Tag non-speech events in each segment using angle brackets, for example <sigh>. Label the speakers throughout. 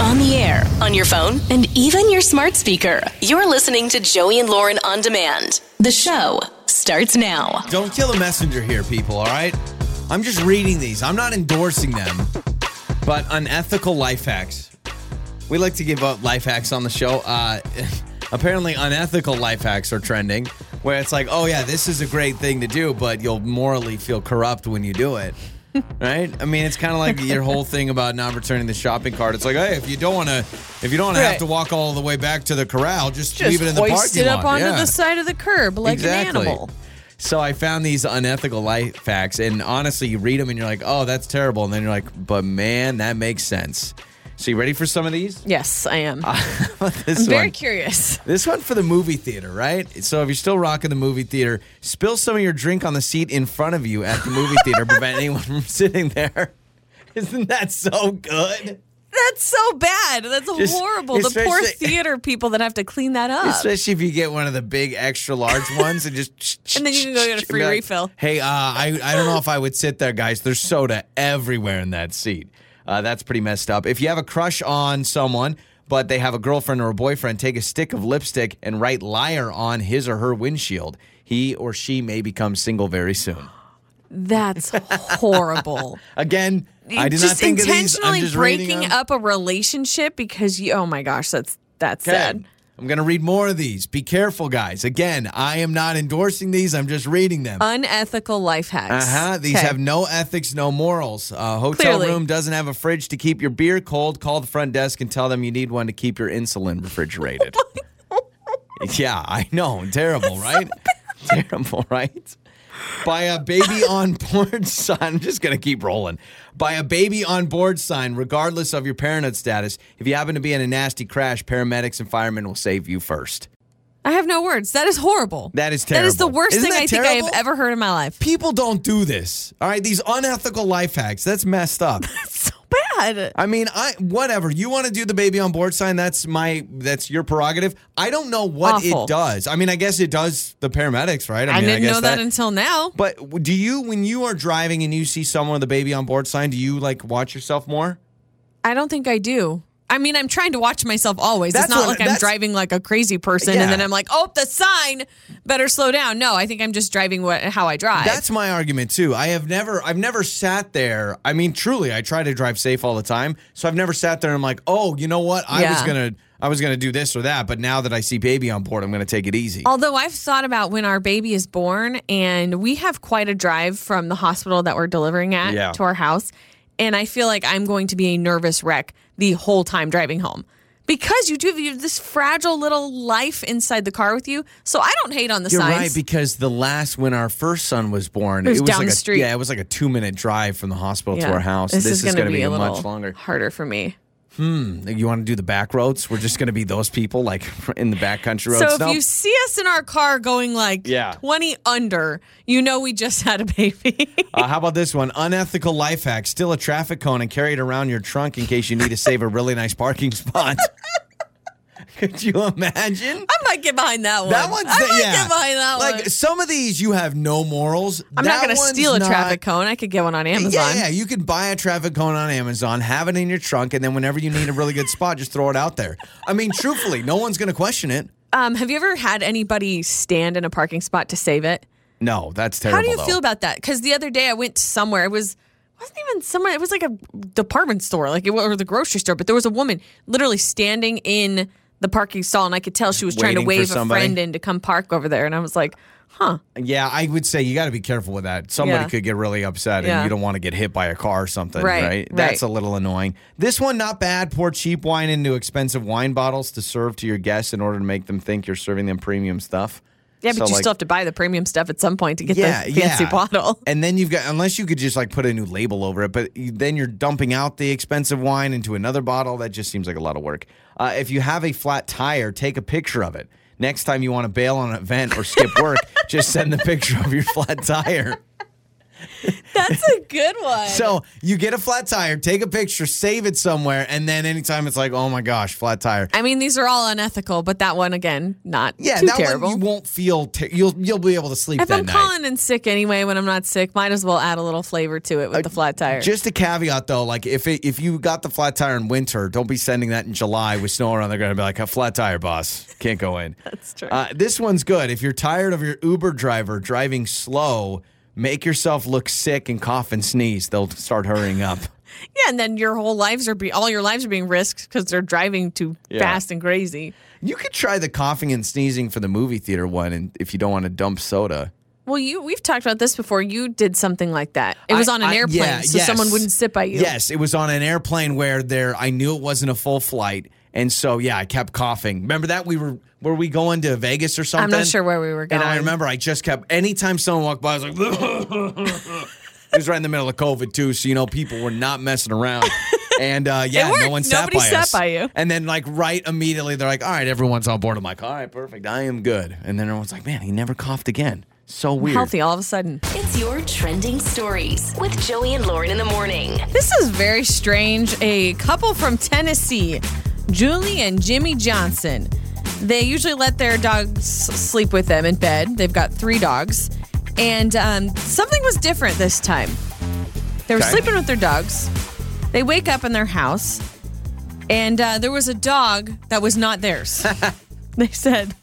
Speaker 1: On the air, on your phone, and even your smart speaker. You're listening to Joey and Lauren on demand. The show starts now.
Speaker 2: Don't kill a messenger here, people, all right? I'm just reading these. I'm not endorsing them, but unethical life hacks. We like to give out life hacks on the show. Uh, <laughs> apparently, unethical life hacks are trending where it's like, oh, yeah, this is a great thing to do, but you'll morally feel corrupt when you do
Speaker 3: <laughs>
Speaker 2: it. Right? I mean, it's kind of like your whole thing about not returning the shopping cart. It's like, hey, if you don't want to, if you don't want to have
Speaker 3: Right.
Speaker 2: to walk all the way back to the corral, just,
Speaker 3: Just
Speaker 2: leave it in the parking
Speaker 3: hoist it up
Speaker 2: lot.
Speaker 3: onto
Speaker 2: Yeah.
Speaker 3: the side of the curb like an animal.
Speaker 2: So I found these unethical life facts, and honestly, you read them and you're like, "Oh, that's terrible," and then you're like, "But man, that makes sense." So you ready for some of
Speaker 3: <laughs>
Speaker 2: these? <laughs>
Speaker 3: Yes, I am. I'm
Speaker 2: this one,
Speaker 3: very curious. <laughs>
Speaker 2: this one for the movie theater, right? So if you're still rocking the movie theater, spill some of your drink on the seat in front of you at the movie theater, prevent <laughs> anyone from sitting there. <laughs> Isn't that so good?
Speaker 3: That's so bad. That's
Speaker 2: Just-
Speaker 3: horrible. The
Speaker 2: <laughs>
Speaker 3: poor
Speaker 2: especially-
Speaker 3: theater people that have to clean that up.
Speaker 2: Especially if you get one of the big extra large
Speaker 3: <laughs>
Speaker 2: ones and just
Speaker 3: And then you can go get a free
Speaker 2: be like,
Speaker 3: refill.
Speaker 2: Hey, uh, I I don't know if I would sit there, guys. There's soda everywhere in that seat. Uh, that's pretty messed up. If you have a crush on someone, but they have a girlfriend or a boyfriend, take a stick of lipstick and write "liar" on his or her windshield. He or she may become single very soon.
Speaker 3: That's
Speaker 2: <laughs>
Speaker 3: horrible.
Speaker 2: Again, I did not
Speaker 3: just
Speaker 2: think of these.
Speaker 3: intentionally
Speaker 2: I'm just reading
Speaker 3: breaking
Speaker 2: them.
Speaker 3: up a relationship because you. Oh my gosh, that's that's
Speaker 2: Okay.
Speaker 3: sad.
Speaker 2: I'm going to read more of these. Be careful, guys. Again, I am not endorsing these. I'm just reading them.
Speaker 3: Unethical life hacks.
Speaker 2: Uh huh. These
Speaker 3: Okay.
Speaker 2: have no ethics, no morals. Uh, hotel
Speaker 3: Clearly.
Speaker 2: room doesn't have a fridge to keep your beer cold. Call the front desk and tell them you need one to keep your insulin
Speaker 3: <laughs>
Speaker 2: refrigerated. yeah, I know. Terrible, right? <laughs> Terrible, right? By a baby on board sign. I'm just going to keep rolling. By a baby on board sign, regardless of your parenthood status. If you happen to be in a nasty crash, paramedics and firemen will save you first.
Speaker 3: I have no words. That is horrible.
Speaker 2: That is
Speaker 3: That is the
Speaker 2: terrible.
Speaker 3: worst
Speaker 2: Isn't
Speaker 3: thing
Speaker 2: that
Speaker 3: I think I have
Speaker 2: terrible?
Speaker 3: ever heard in my life. <laughs>
Speaker 2: People don't do this. All right. These unethical life hacks. That's messed up.
Speaker 3: So bad.
Speaker 2: I mean, I whatever you want to do the baby on board sign. That's my that's your prerogative. I don't know what
Speaker 3: Awful.
Speaker 2: it does. I mean, I guess it does the paramedics, right?
Speaker 3: I,
Speaker 2: mean,
Speaker 3: didn't
Speaker 2: guess
Speaker 3: know that, until now.
Speaker 2: but w- do you, when you are driving and you see someone with a baby on board sign, do you like watch yourself more?
Speaker 3: I don't think I do. I mean, I'm trying to watch myself always.
Speaker 2: That's
Speaker 3: it's not
Speaker 2: what-
Speaker 3: like I'm
Speaker 2: that's-
Speaker 3: driving like a crazy person
Speaker 2: Yeah.
Speaker 3: and then I'm like, oh, the sign, better slow down. No, I think I'm just driving what, how I drive.
Speaker 2: That's my argument too. I have never, I've never sat there. I mean, truly, I try to drive safe all the time, so I've never sat there and I'm like, oh, you know what? I was
Speaker 3: Yeah.
Speaker 2: gonna, I was gonna do this or that, but now that I see baby on board, I'm gonna take it easy.
Speaker 3: Although I've thought about when our baby is born, and we have quite a drive from the hospital that we're delivering at
Speaker 2: Yeah.
Speaker 3: to our house. And I feel like I'm going to be a nervous wreck the whole time driving home because you do you have this fragile little life inside the car with you. So I don't hate on the
Speaker 2: You're
Speaker 3: signs.
Speaker 2: right because the last when our first son was born,
Speaker 3: It was down
Speaker 2: like
Speaker 3: the
Speaker 2: a,
Speaker 3: street.
Speaker 2: Yeah, it was like a two minute drive from the hospital
Speaker 3: Yeah.
Speaker 2: to our house.
Speaker 3: This, is, going to
Speaker 2: gonna
Speaker 3: be, a little
Speaker 2: much longer.
Speaker 3: harder for me.
Speaker 2: You want to do the back roads? We're just going to be those people, like <laughs> in the back country roads.
Speaker 3: So if
Speaker 2: No.
Speaker 3: you see us in our car going like
Speaker 2: Yeah.
Speaker 3: 20 under, you know we just had a baby. <laughs>
Speaker 2: Uh, how about this one? Unethical life hack: steal a traffic cone and carry it around your trunk in case you need to save a really nice parking spot. <laughs> Could you imagine?
Speaker 3: I might get behind that one.
Speaker 2: That one's
Speaker 3: I
Speaker 2: the-
Speaker 3: might
Speaker 2: yeah.
Speaker 3: get behind that
Speaker 2: like
Speaker 3: one.
Speaker 2: some of these, you have no morals.
Speaker 3: I'm
Speaker 2: That
Speaker 3: not going to
Speaker 2: one's
Speaker 3: steal a
Speaker 2: not-
Speaker 3: traffic cone. I could get one on Amazon.
Speaker 2: Yeah, yeah, you can buy a traffic cone on Amazon, have it in your trunk, and then whenever you need a really good spot, just throw it out there. I mean, truthfully, no one's going to question it.
Speaker 3: Um, have you ever had anybody stand in a parking spot to save it?
Speaker 2: No, that's terrible.
Speaker 3: How do you
Speaker 2: though.
Speaker 3: feel about that? Because the other day I went somewhere. It was wasn't even somewhere. It was like a department store, like it wa- or the grocery store. But there was a woman literally standing in the parking stall, and I could tell she was trying to
Speaker 2: Waiting for
Speaker 3: wave a
Speaker 2: somebody.
Speaker 3: friend in to come park over there. And I was like, "Huh?
Speaker 2: Yeah, I would say you got to be careful with that. Somebody
Speaker 3: Yeah.
Speaker 2: could get really upset,
Speaker 3: Yeah.
Speaker 2: and you don't want to get hit by a car or something,
Speaker 3: Right,
Speaker 2: right?
Speaker 3: right.
Speaker 2: That's a little annoying. This one, not bad. Pour cheap wine into expensive wine bottles to serve to your guests in order to make them think you're serving them premium stuff.
Speaker 3: Yeah, but
Speaker 2: So,
Speaker 3: you
Speaker 2: like-
Speaker 3: still have to buy the premium stuff at some point to get
Speaker 2: yeah,
Speaker 3: the fancy
Speaker 2: yeah. <laughs>
Speaker 3: bottle."
Speaker 2: And then you've got, unless you could just like put a new label over it, but you- then you're dumping out the expensive wine into another bottle. That just seems like a lot of work. Uh, if you have a flat tire, take a picture of it. Next
Speaker 3: <laughs>
Speaker 2: time you want to bail on an event or skip work, just send the picture of your flat tire.
Speaker 3: That's a good one.
Speaker 2: So you get a flat tire, take a picture, save it somewhere, and then anytime it's like, oh my gosh, flat tire.
Speaker 3: I mean, these are all unethical, but that one again, not
Speaker 2: Yeah,
Speaker 3: too
Speaker 2: that
Speaker 3: terrible.
Speaker 2: one you won't feel. Ter- you'll you'll be able to sleep
Speaker 3: if
Speaker 2: that
Speaker 3: I'm
Speaker 2: night.
Speaker 3: calling in sick anyway when I'm not sick, might as well add a little flavor to it with the flat tire.
Speaker 2: Uh, Just a caveat though, like if it, if you got the flat tire in winter, don't be sending that in July with snow around. They're gonna be like a flat tire, boss. Can't go in. That's
Speaker 3: true.
Speaker 2: Uh, this one's good. If you're tired of your Uber driver driving slow, make yourself look sick and cough and sneeze. They'll start hurrying up.
Speaker 3: yeah, and then your whole lives are be all your lives are being risked because they're driving too fast and crazy.
Speaker 2: you could try the coughing and sneezing for the movie theater one, and if you don't want to dump soda.
Speaker 3: Well, you we've talked about this before. You did something like that. It was
Speaker 2: I-
Speaker 3: on an
Speaker 2: I-
Speaker 3: airplane,
Speaker 2: yeah,
Speaker 3: so
Speaker 2: yes.
Speaker 3: someone wouldn't sit by you.
Speaker 2: Yes, it was on an airplane where there I knew it wasn't a full flight, and so yeah, I kept coughing. Remember that we were were we going to Vegas or something?
Speaker 3: not sure where we were
Speaker 2: And I
Speaker 3: going.
Speaker 2: remember I just kept anytime someone walked by, I was like, <laughs> it was right in the middle of COVID too, so you know people were not messing
Speaker 3: <laughs>
Speaker 2: around. And uh, yeah, no
Speaker 3: worked.
Speaker 2: one sat
Speaker 3: Nobody
Speaker 2: by
Speaker 3: sat
Speaker 2: us.
Speaker 3: by you.
Speaker 2: And then like right immediately they're like, all right, everyone's on board. I'm like, all right, perfect, I am good. And then everyone's like, man, he never coughed again. So weird.
Speaker 3: healthy all of a sudden.
Speaker 1: It's your trending stories with Joey and Lauren in the morning.
Speaker 3: This is very strange. A couple from Tennessee, Julie and Jimmy Johnson, they usually let their dogs sleep with them in bed. They've got three dogs. And um, something was different this time. They were
Speaker 2: Okay.
Speaker 3: sleeping with their dogs. They wake up in their house, and uh, there was a dog that was not theirs. they said,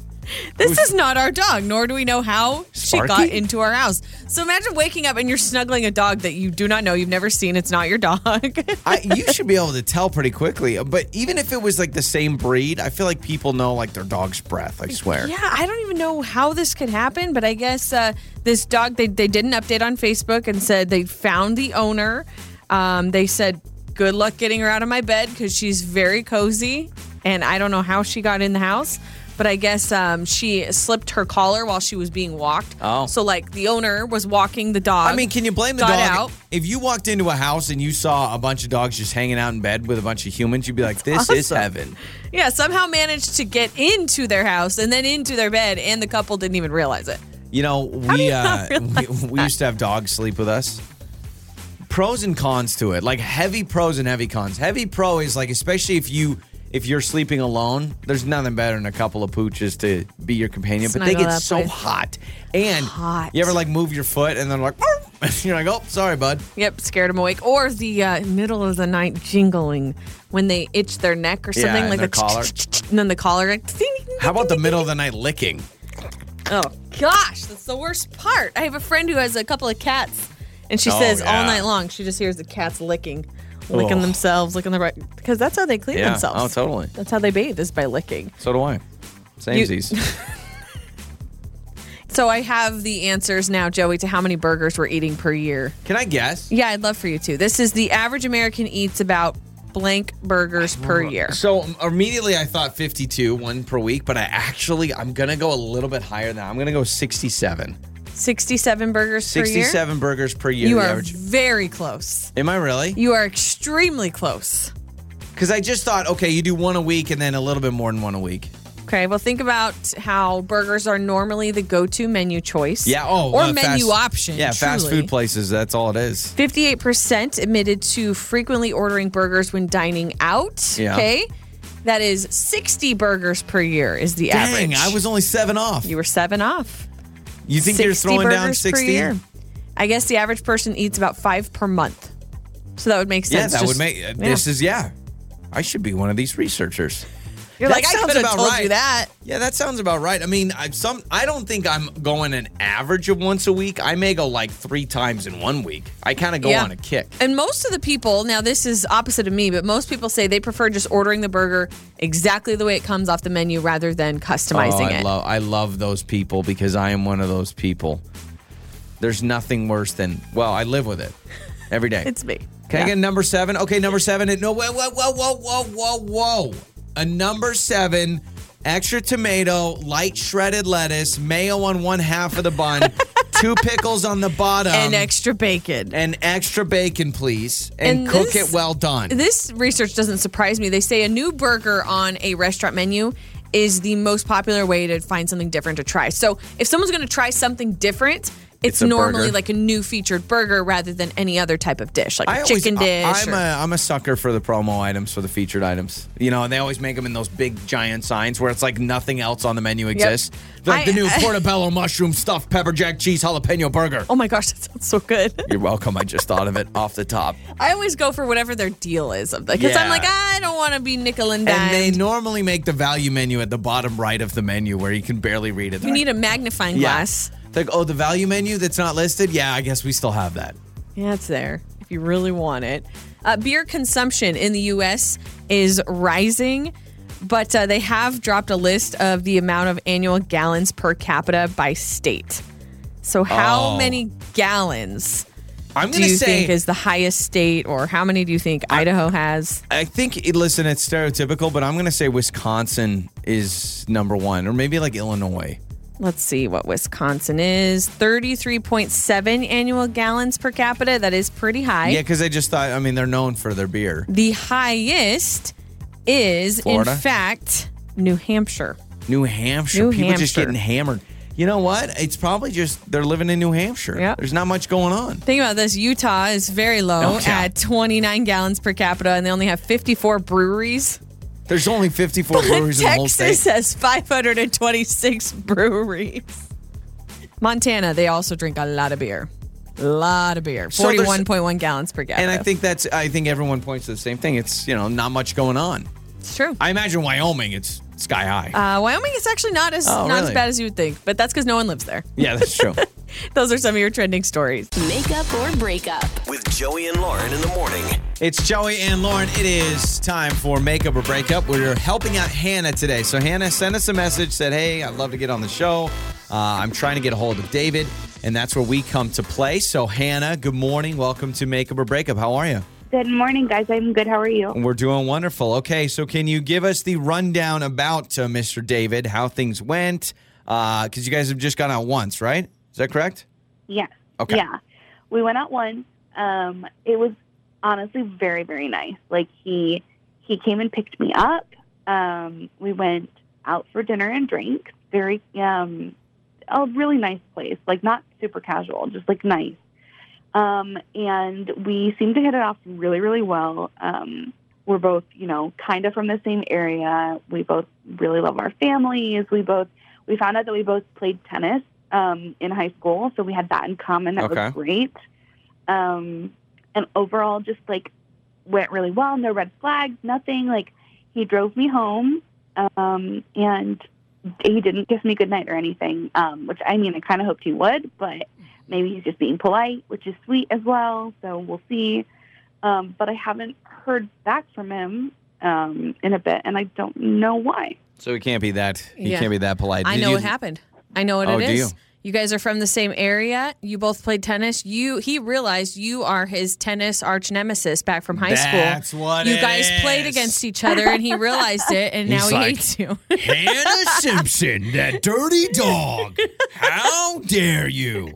Speaker 3: This is not our dog, nor do we know how she got
Speaker 2: Sparky?
Speaker 3: into our house. So imagine waking up and you're snuggling a dog that you do not know, you've never seen, it's not your dog. <laughs>
Speaker 2: I, you should be able to tell pretty quickly. But even if it was like the same breed, I feel like people know like their dog's breath. I swear.
Speaker 3: Yeah, I don't even know how this could happen, but I guess uh, this dog, they, they did an update on Facebook and said they found the owner. Um, they said, good luck getting her out of my bed because she's very cozy. And I don't know how she got in the house, but I guess um, she slipped her collar while she was being walked.
Speaker 2: Oh.
Speaker 3: So, like, the owner was walking the dog.
Speaker 2: I mean, can you blame the
Speaker 3: Got
Speaker 2: dog?
Speaker 3: out.
Speaker 2: If you walked into a house and you saw a bunch of dogs just hanging out in bed with a bunch of humans, you'd be like, "This is
Speaker 3: awesome.
Speaker 2: heaven."
Speaker 3: Yeah, somehow managed to get into their house and then into their bed, and the couple didn't even realize it.
Speaker 2: You know, we
Speaker 3: you
Speaker 2: uh, <laughs>
Speaker 3: not
Speaker 2: we, we used to have dogs sleep with us. Pros and cons to it, like heavy pros and heavy cons. Heavy pro is like, especially if you if you're sleeping alone, there's nothing better than a couple of pooches to be your companion. but they
Speaker 3: Snuggle
Speaker 2: get
Speaker 3: up
Speaker 2: so
Speaker 3: with.
Speaker 2: hot, and
Speaker 3: Hot.
Speaker 2: you ever like move your foot and they're like, "Meow." <laughs> and you're like, oh, sorry, bud.
Speaker 3: Yep, scared them awake. Or the uh, middle of the night jingling when they itch their neck or
Speaker 2: Yeah,
Speaker 3: something
Speaker 2: and
Speaker 3: like
Speaker 2: their
Speaker 3: a
Speaker 2: collar.
Speaker 3: and then the collar. Like, ding, ding,
Speaker 2: How about the
Speaker 3: ding,
Speaker 2: middle of the night licking?
Speaker 3: ding. Oh gosh, that's the worst part. I have a friend who has a couple of cats, and she
Speaker 2: Oh,
Speaker 3: says all
Speaker 2: yeah.
Speaker 3: night long she just hears the cats licking, licking
Speaker 2: Ugh.
Speaker 3: themselves, licking their because that's how they clean
Speaker 2: Yeah.
Speaker 3: <laughs> themselves.
Speaker 2: Oh, totally.
Speaker 3: That's how they bathe is by licking.
Speaker 2: So do I.
Speaker 3: <laughs>
Speaker 2: Samesies.
Speaker 3: So I have the answers now, Joey, to how many burgers we're eating per year.
Speaker 2: Can I guess?
Speaker 3: Yeah, I'd love for you to. This is the average American eats about blank burgers per year.
Speaker 2: So um, immediately I thought 52, one per week, but I actually I'm gonna go a little bit higher than that. I'm gonna go 67.
Speaker 3: 67 burgers per year.
Speaker 2: 67 burgers per year.
Speaker 3: You
Speaker 2: the
Speaker 3: are
Speaker 2: average.
Speaker 3: very close.
Speaker 2: Am I really?
Speaker 3: You are extremely close.
Speaker 2: Because I just thought, okay, you do one a week and then a little bit more than one a week.
Speaker 3: Okay, well, think about how burgers are normally the go to menu choice.
Speaker 2: Yeah. Oh,
Speaker 3: or
Speaker 2: uh, fast-
Speaker 3: menu option.
Speaker 2: Yeah, fast
Speaker 3: truly.
Speaker 2: food places. That's all it is.
Speaker 3: 58% admitted to frequently ordering burgers when dining out.
Speaker 2: Yeah.
Speaker 3: Okay. That is 60 burgers per year is the
Speaker 2: Dang,
Speaker 3: average.
Speaker 2: I was only seven off.
Speaker 3: You were seven off.
Speaker 2: You think you're
Speaker 3: 60
Speaker 2: throwing down
Speaker 3: burgers per
Speaker 2: 60?
Speaker 3: year. I guess the average person eats about five per month. So that would make
Speaker 2: Yeah,
Speaker 3: sense.
Speaker 2: that would
Speaker 3: Just-
Speaker 2: make uh,
Speaker 3: yeah.
Speaker 2: this is yeah. I should be one of these researchers.
Speaker 3: You're
Speaker 2: That
Speaker 3: like, I
Speaker 2: sounds
Speaker 3: could have
Speaker 2: about
Speaker 3: told
Speaker 2: right.
Speaker 3: you that.
Speaker 2: Yeah, that sounds about right. I mean, I some I don't think I'm going an average of once a week. I may go like three times in one week. I kind of go
Speaker 3: Yeah.
Speaker 2: on a kick.
Speaker 3: And most of the people, now this is opposite of me, but most people say they prefer just ordering the burger exactly the way it comes off the menu rather than customizing
Speaker 2: Oh, I
Speaker 3: it.
Speaker 2: love I love those people because I am one of those people. There's nothing worse than well, I live with it every day.
Speaker 3: <laughs> it's me.
Speaker 2: Can I
Speaker 3: Yeah.
Speaker 2: get number seven? Okay, number seven. it- No, whoa, whoa, whoa, whoa, whoa, whoa, whoa. A number seven, extra tomato, light shredded lettuce, mayo on one half of the
Speaker 3: <laughs>
Speaker 2: bun, two pickles on the bottom,
Speaker 3: and extra bacon.
Speaker 2: and extra bacon, please, and,
Speaker 3: And
Speaker 2: cook
Speaker 3: this-
Speaker 2: it well done.
Speaker 3: this research doesn't surprise me. They say a new burger on a restaurant menu is the most popular way to find something different to try. So if someone's going to try something different, it's,
Speaker 4: It's a
Speaker 3: normally
Speaker 4: burger.
Speaker 3: like a new featured burger rather than any other type of dish, like a
Speaker 2: I always-
Speaker 3: chicken dish.
Speaker 2: I, am
Speaker 3: or-
Speaker 2: a I'm a sucker for the promo items for the featured items. You know, and they always make them in those big giant signs where it's like nothing else on the menu exists. Like
Speaker 3: I-
Speaker 2: the new
Speaker 3: <laughs> I-
Speaker 2: portobello mushroom stuffed pepper jack cheese jalapeno burger.
Speaker 3: oh my gosh, that sounds so good.
Speaker 2: You're welcome. I just thought of it off the top.
Speaker 3: I always go for whatever their deal is of because I'm
Speaker 2: Yeah.
Speaker 3: like I don't want to be nickel and dime.
Speaker 2: And they normally make the value menu at the bottom right of the menu where you can barely read it.
Speaker 3: you need a magnifying
Speaker 2: Yeah.
Speaker 3: glass.
Speaker 2: It's like, oh, the value menu that's not listed? Yeah, I guess we still have that.
Speaker 3: Yeah, it's there if you really want it. Uh, beer consumption in the U.S. is rising, but uh, they have dropped a list of the amount of annual gallons per capita by state. So, how
Speaker 2: Oh.
Speaker 3: many gallons
Speaker 2: I'm
Speaker 3: do
Speaker 2: going
Speaker 3: you
Speaker 2: to say
Speaker 3: think is the highest state, or how many do you think Idaho has?
Speaker 2: I think, listen, it's stereotypical, but I'm going to say Wisconsin is number one, or maybe like Illinois.
Speaker 3: Let's see what Wisconsin is 33.7 annual gallons per capita. That is pretty high.
Speaker 2: Yeah, because I just thought, I mean, they're known for their beer.
Speaker 3: The highest is,
Speaker 2: Florida?
Speaker 3: in fact, New Hampshire.
Speaker 2: New Hampshire.
Speaker 3: New
Speaker 2: People just
Speaker 3: Hampshire.
Speaker 2: getting hammered. You know what? It's probably just they're living in New Hampshire.
Speaker 3: Yep.
Speaker 2: There's not much going on.
Speaker 3: Think about this Utah is very low
Speaker 2: Oh, yeah.
Speaker 3: at 29 gallons per capita, and they only have 54 breweries.
Speaker 2: There's only
Speaker 3: <laughs>
Speaker 2: 54 breweries in the whole state.
Speaker 3: Texas has 526 breweries. Montana, they also drink a lot of beer. A lot of beer.
Speaker 2: So there's-
Speaker 3: 41.1 gallons per capita.
Speaker 2: and I think that's I think everyone points to the same thing. It's you know not much going on.
Speaker 3: it's true.
Speaker 2: I imagine Wyoming, it's sky high.
Speaker 3: Uh, Wyoming is actually not as
Speaker 2: Oh,
Speaker 3: not as
Speaker 2: really?
Speaker 3: bad as you would think, but that's because no one lives there. <laughs>
Speaker 2: yeah, that's true.
Speaker 3: Those are some of your trending stories.
Speaker 1: Makeup or breakup.
Speaker 5: With Joey and Lauren in the morning.
Speaker 2: it's Joey and Lauren. It is time for makeup or breakup. We're helping out Hannah today. So Hannah sent us a message said, "Hey, I'd love to get on the show. Uh, I'm trying to get a hold of David." And that's where we come to play. So, Hannah, good morning. Welcome to Makeup or Breakup. How are you?
Speaker 6: Good morning, guys. I'm good. How are you?
Speaker 2: We're doing wonderful. Okay, so can you give us the rundown about uh, Mr. David, how things went? Because you guys have just gone out once, right? Is that correct?
Speaker 6: Yes.
Speaker 2: Okay.
Speaker 6: Yeah. We went out once. Um, it was honestly very, very nice. Like he he came and picked me up. Um, we went out for dinner and drinks. Very um, a really nice place. Like not super casual, just like nice. Um, and we seemed to hit it off really, really well. Um, we're both, you know, kind of from the same area. We both really love our families. We both we found out that we both played tennis um, in high school, so we had that in common. That
Speaker 2: Okay.
Speaker 6: was great. Um, and overall, just like went really well. No red flags, nothing. Like he drove me home, um, and he didn't kiss me goodnight or anything. Um, which I mean, I kind of hoped he would, but maybe he's just being polite, which is sweet as well. So we'll see. Um, but I haven't heard back from him um, in a bit, and I don't know why.
Speaker 2: So he can't be that. He
Speaker 3: Yeah.
Speaker 2: can't be that polite.
Speaker 3: I
Speaker 2: Did
Speaker 3: know
Speaker 2: you-
Speaker 3: what happened. I know what
Speaker 2: Oh,
Speaker 3: it
Speaker 2: do
Speaker 3: is.
Speaker 2: you?
Speaker 3: guys are from the same area. You both played tennis. You he realized you are his tennis arch nemesis back from high school.
Speaker 2: That's what
Speaker 3: you
Speaker 2: it
Speaker 3: guys played
Speaker 2: is.
Speaker 3: against each other, and he realized it, and
Speaker 2: <laughs>
Speaker 3: now
Speaker 2: He's
Speaker 3: he
Speaker 2: like,
Speaker 3: hates you.
Speaker 2: Hannah Simpson, that dirty dog. How dare you?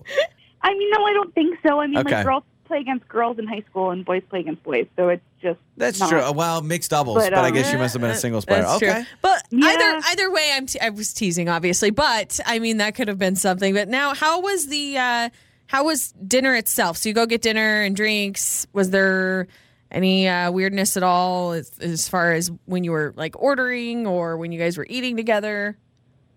Speaker 6: I mean, no, I don't think so. I mean,
Speaker 2: Okay.
Speaker 6: like girls play against girls in high school and boys play against boys, so it's just
Speaker 2: That's
Speaker 6: not-
Speaker 2: true. Uh, Well, mixed doubles, but,
Speaker 6: But,
Speaker 2: I
Speaker 6: um,
Speaker 2: guess you must have been a singles player.
Speaker 3: uh, That's
Speaker 2: okay.
Speaker 3: true. But
Speaker 6: Yeah.
Speaker 3: either either way, I'm te- I was teasing, obviously. But I mean, that could have been something. But now, how was the uh, how was dinner itself? So you go get dinner and drinks. Was there any uh, weirdness at all as, as far as when you were like ordering or when you guys were eating together?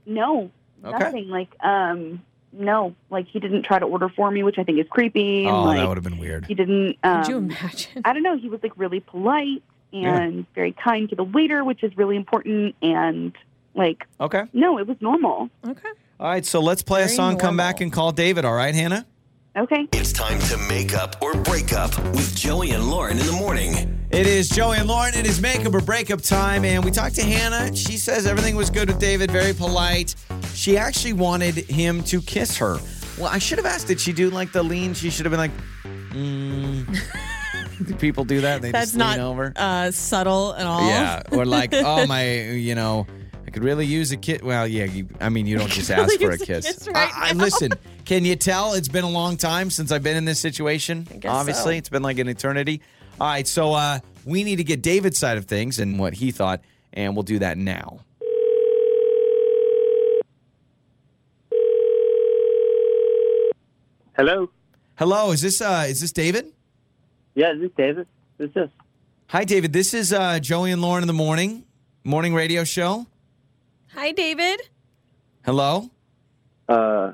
Speaker 6: No,
Speaker 2: Okay.
Speaker 6: nothing. Like, um, no, like he didn't try to order for me, which I think is creepy. and,
Speaker 2: Oh,
Speaker 6: like,
Speaker 2: that would have been weird.
Speaker 6: He didn't. Um,
Speaker 3: Could you imagine?
Speaker 6: I don't know. He was like really polite and very kind to the waiter, which is really important. And like,
Speaker 2: Okay.
Speaker 6: no, it was normal.
Speaker 3: Okay.
Speaker 2: All right. So let's play a
Speaker 3: Very
Speaker 2: song, come back
Speaker 3: normal.
Speaker 2: and call David. All right, Hannah?
Speaker 6: Okay.
Speaker 5: It's time to make up or break up with Joey and Lauren in the morning.
Speaker 2: It is Joey and Lauren. It is makeup or breakup time. And we talked to Hannah. She says everything was good with David, very polite. She actually wanted him to kiss her. Well, I should have asked, did she do like the lean? She should have been like,
Speaker 3: <laughs>
Speaker 2: mm. do people do that? They
Speaker 3: That's
Speaker 2: just
Speaker 3: not
Speaker 2: lean over?
Speaker 3: uh, subtle at all.
Speaker 2: Yeah. Or
Speaker 3: <laughs>
Speaker 2: like, oh, my, you know, I could really use a kiss. Well, yeah, you, I mean, you don't just ask
Speaker 3: <laughs> really
Speaker 2: for a
Speaker 3: use a
Speaker 2: kiss.
Speaker 3: kiss right
Speaker 2: I, I-
Speaker 3: <laughs>
Speaker 2: listen, can you tell it's been a long time since I've been in this situation?
Speaker 3: guess
Speaker 2: Obviously,
Speaker 3: so.
Speaker 2: it's been like an eternity. All right, so uh, we need to get David's side of things and what he thought, and we'll do that now.
Speaker 7: Hello.
Speaker 2: Hello, is this uh is this David?
Speaker 7: Yeah, this is David. This is
Speaker 2: Hi David, this is uh Joey and Lauren in the morning, morning radio show.
Speaker 3: Hi, David.
Speaker 2: Hello?
Speaker 7: uh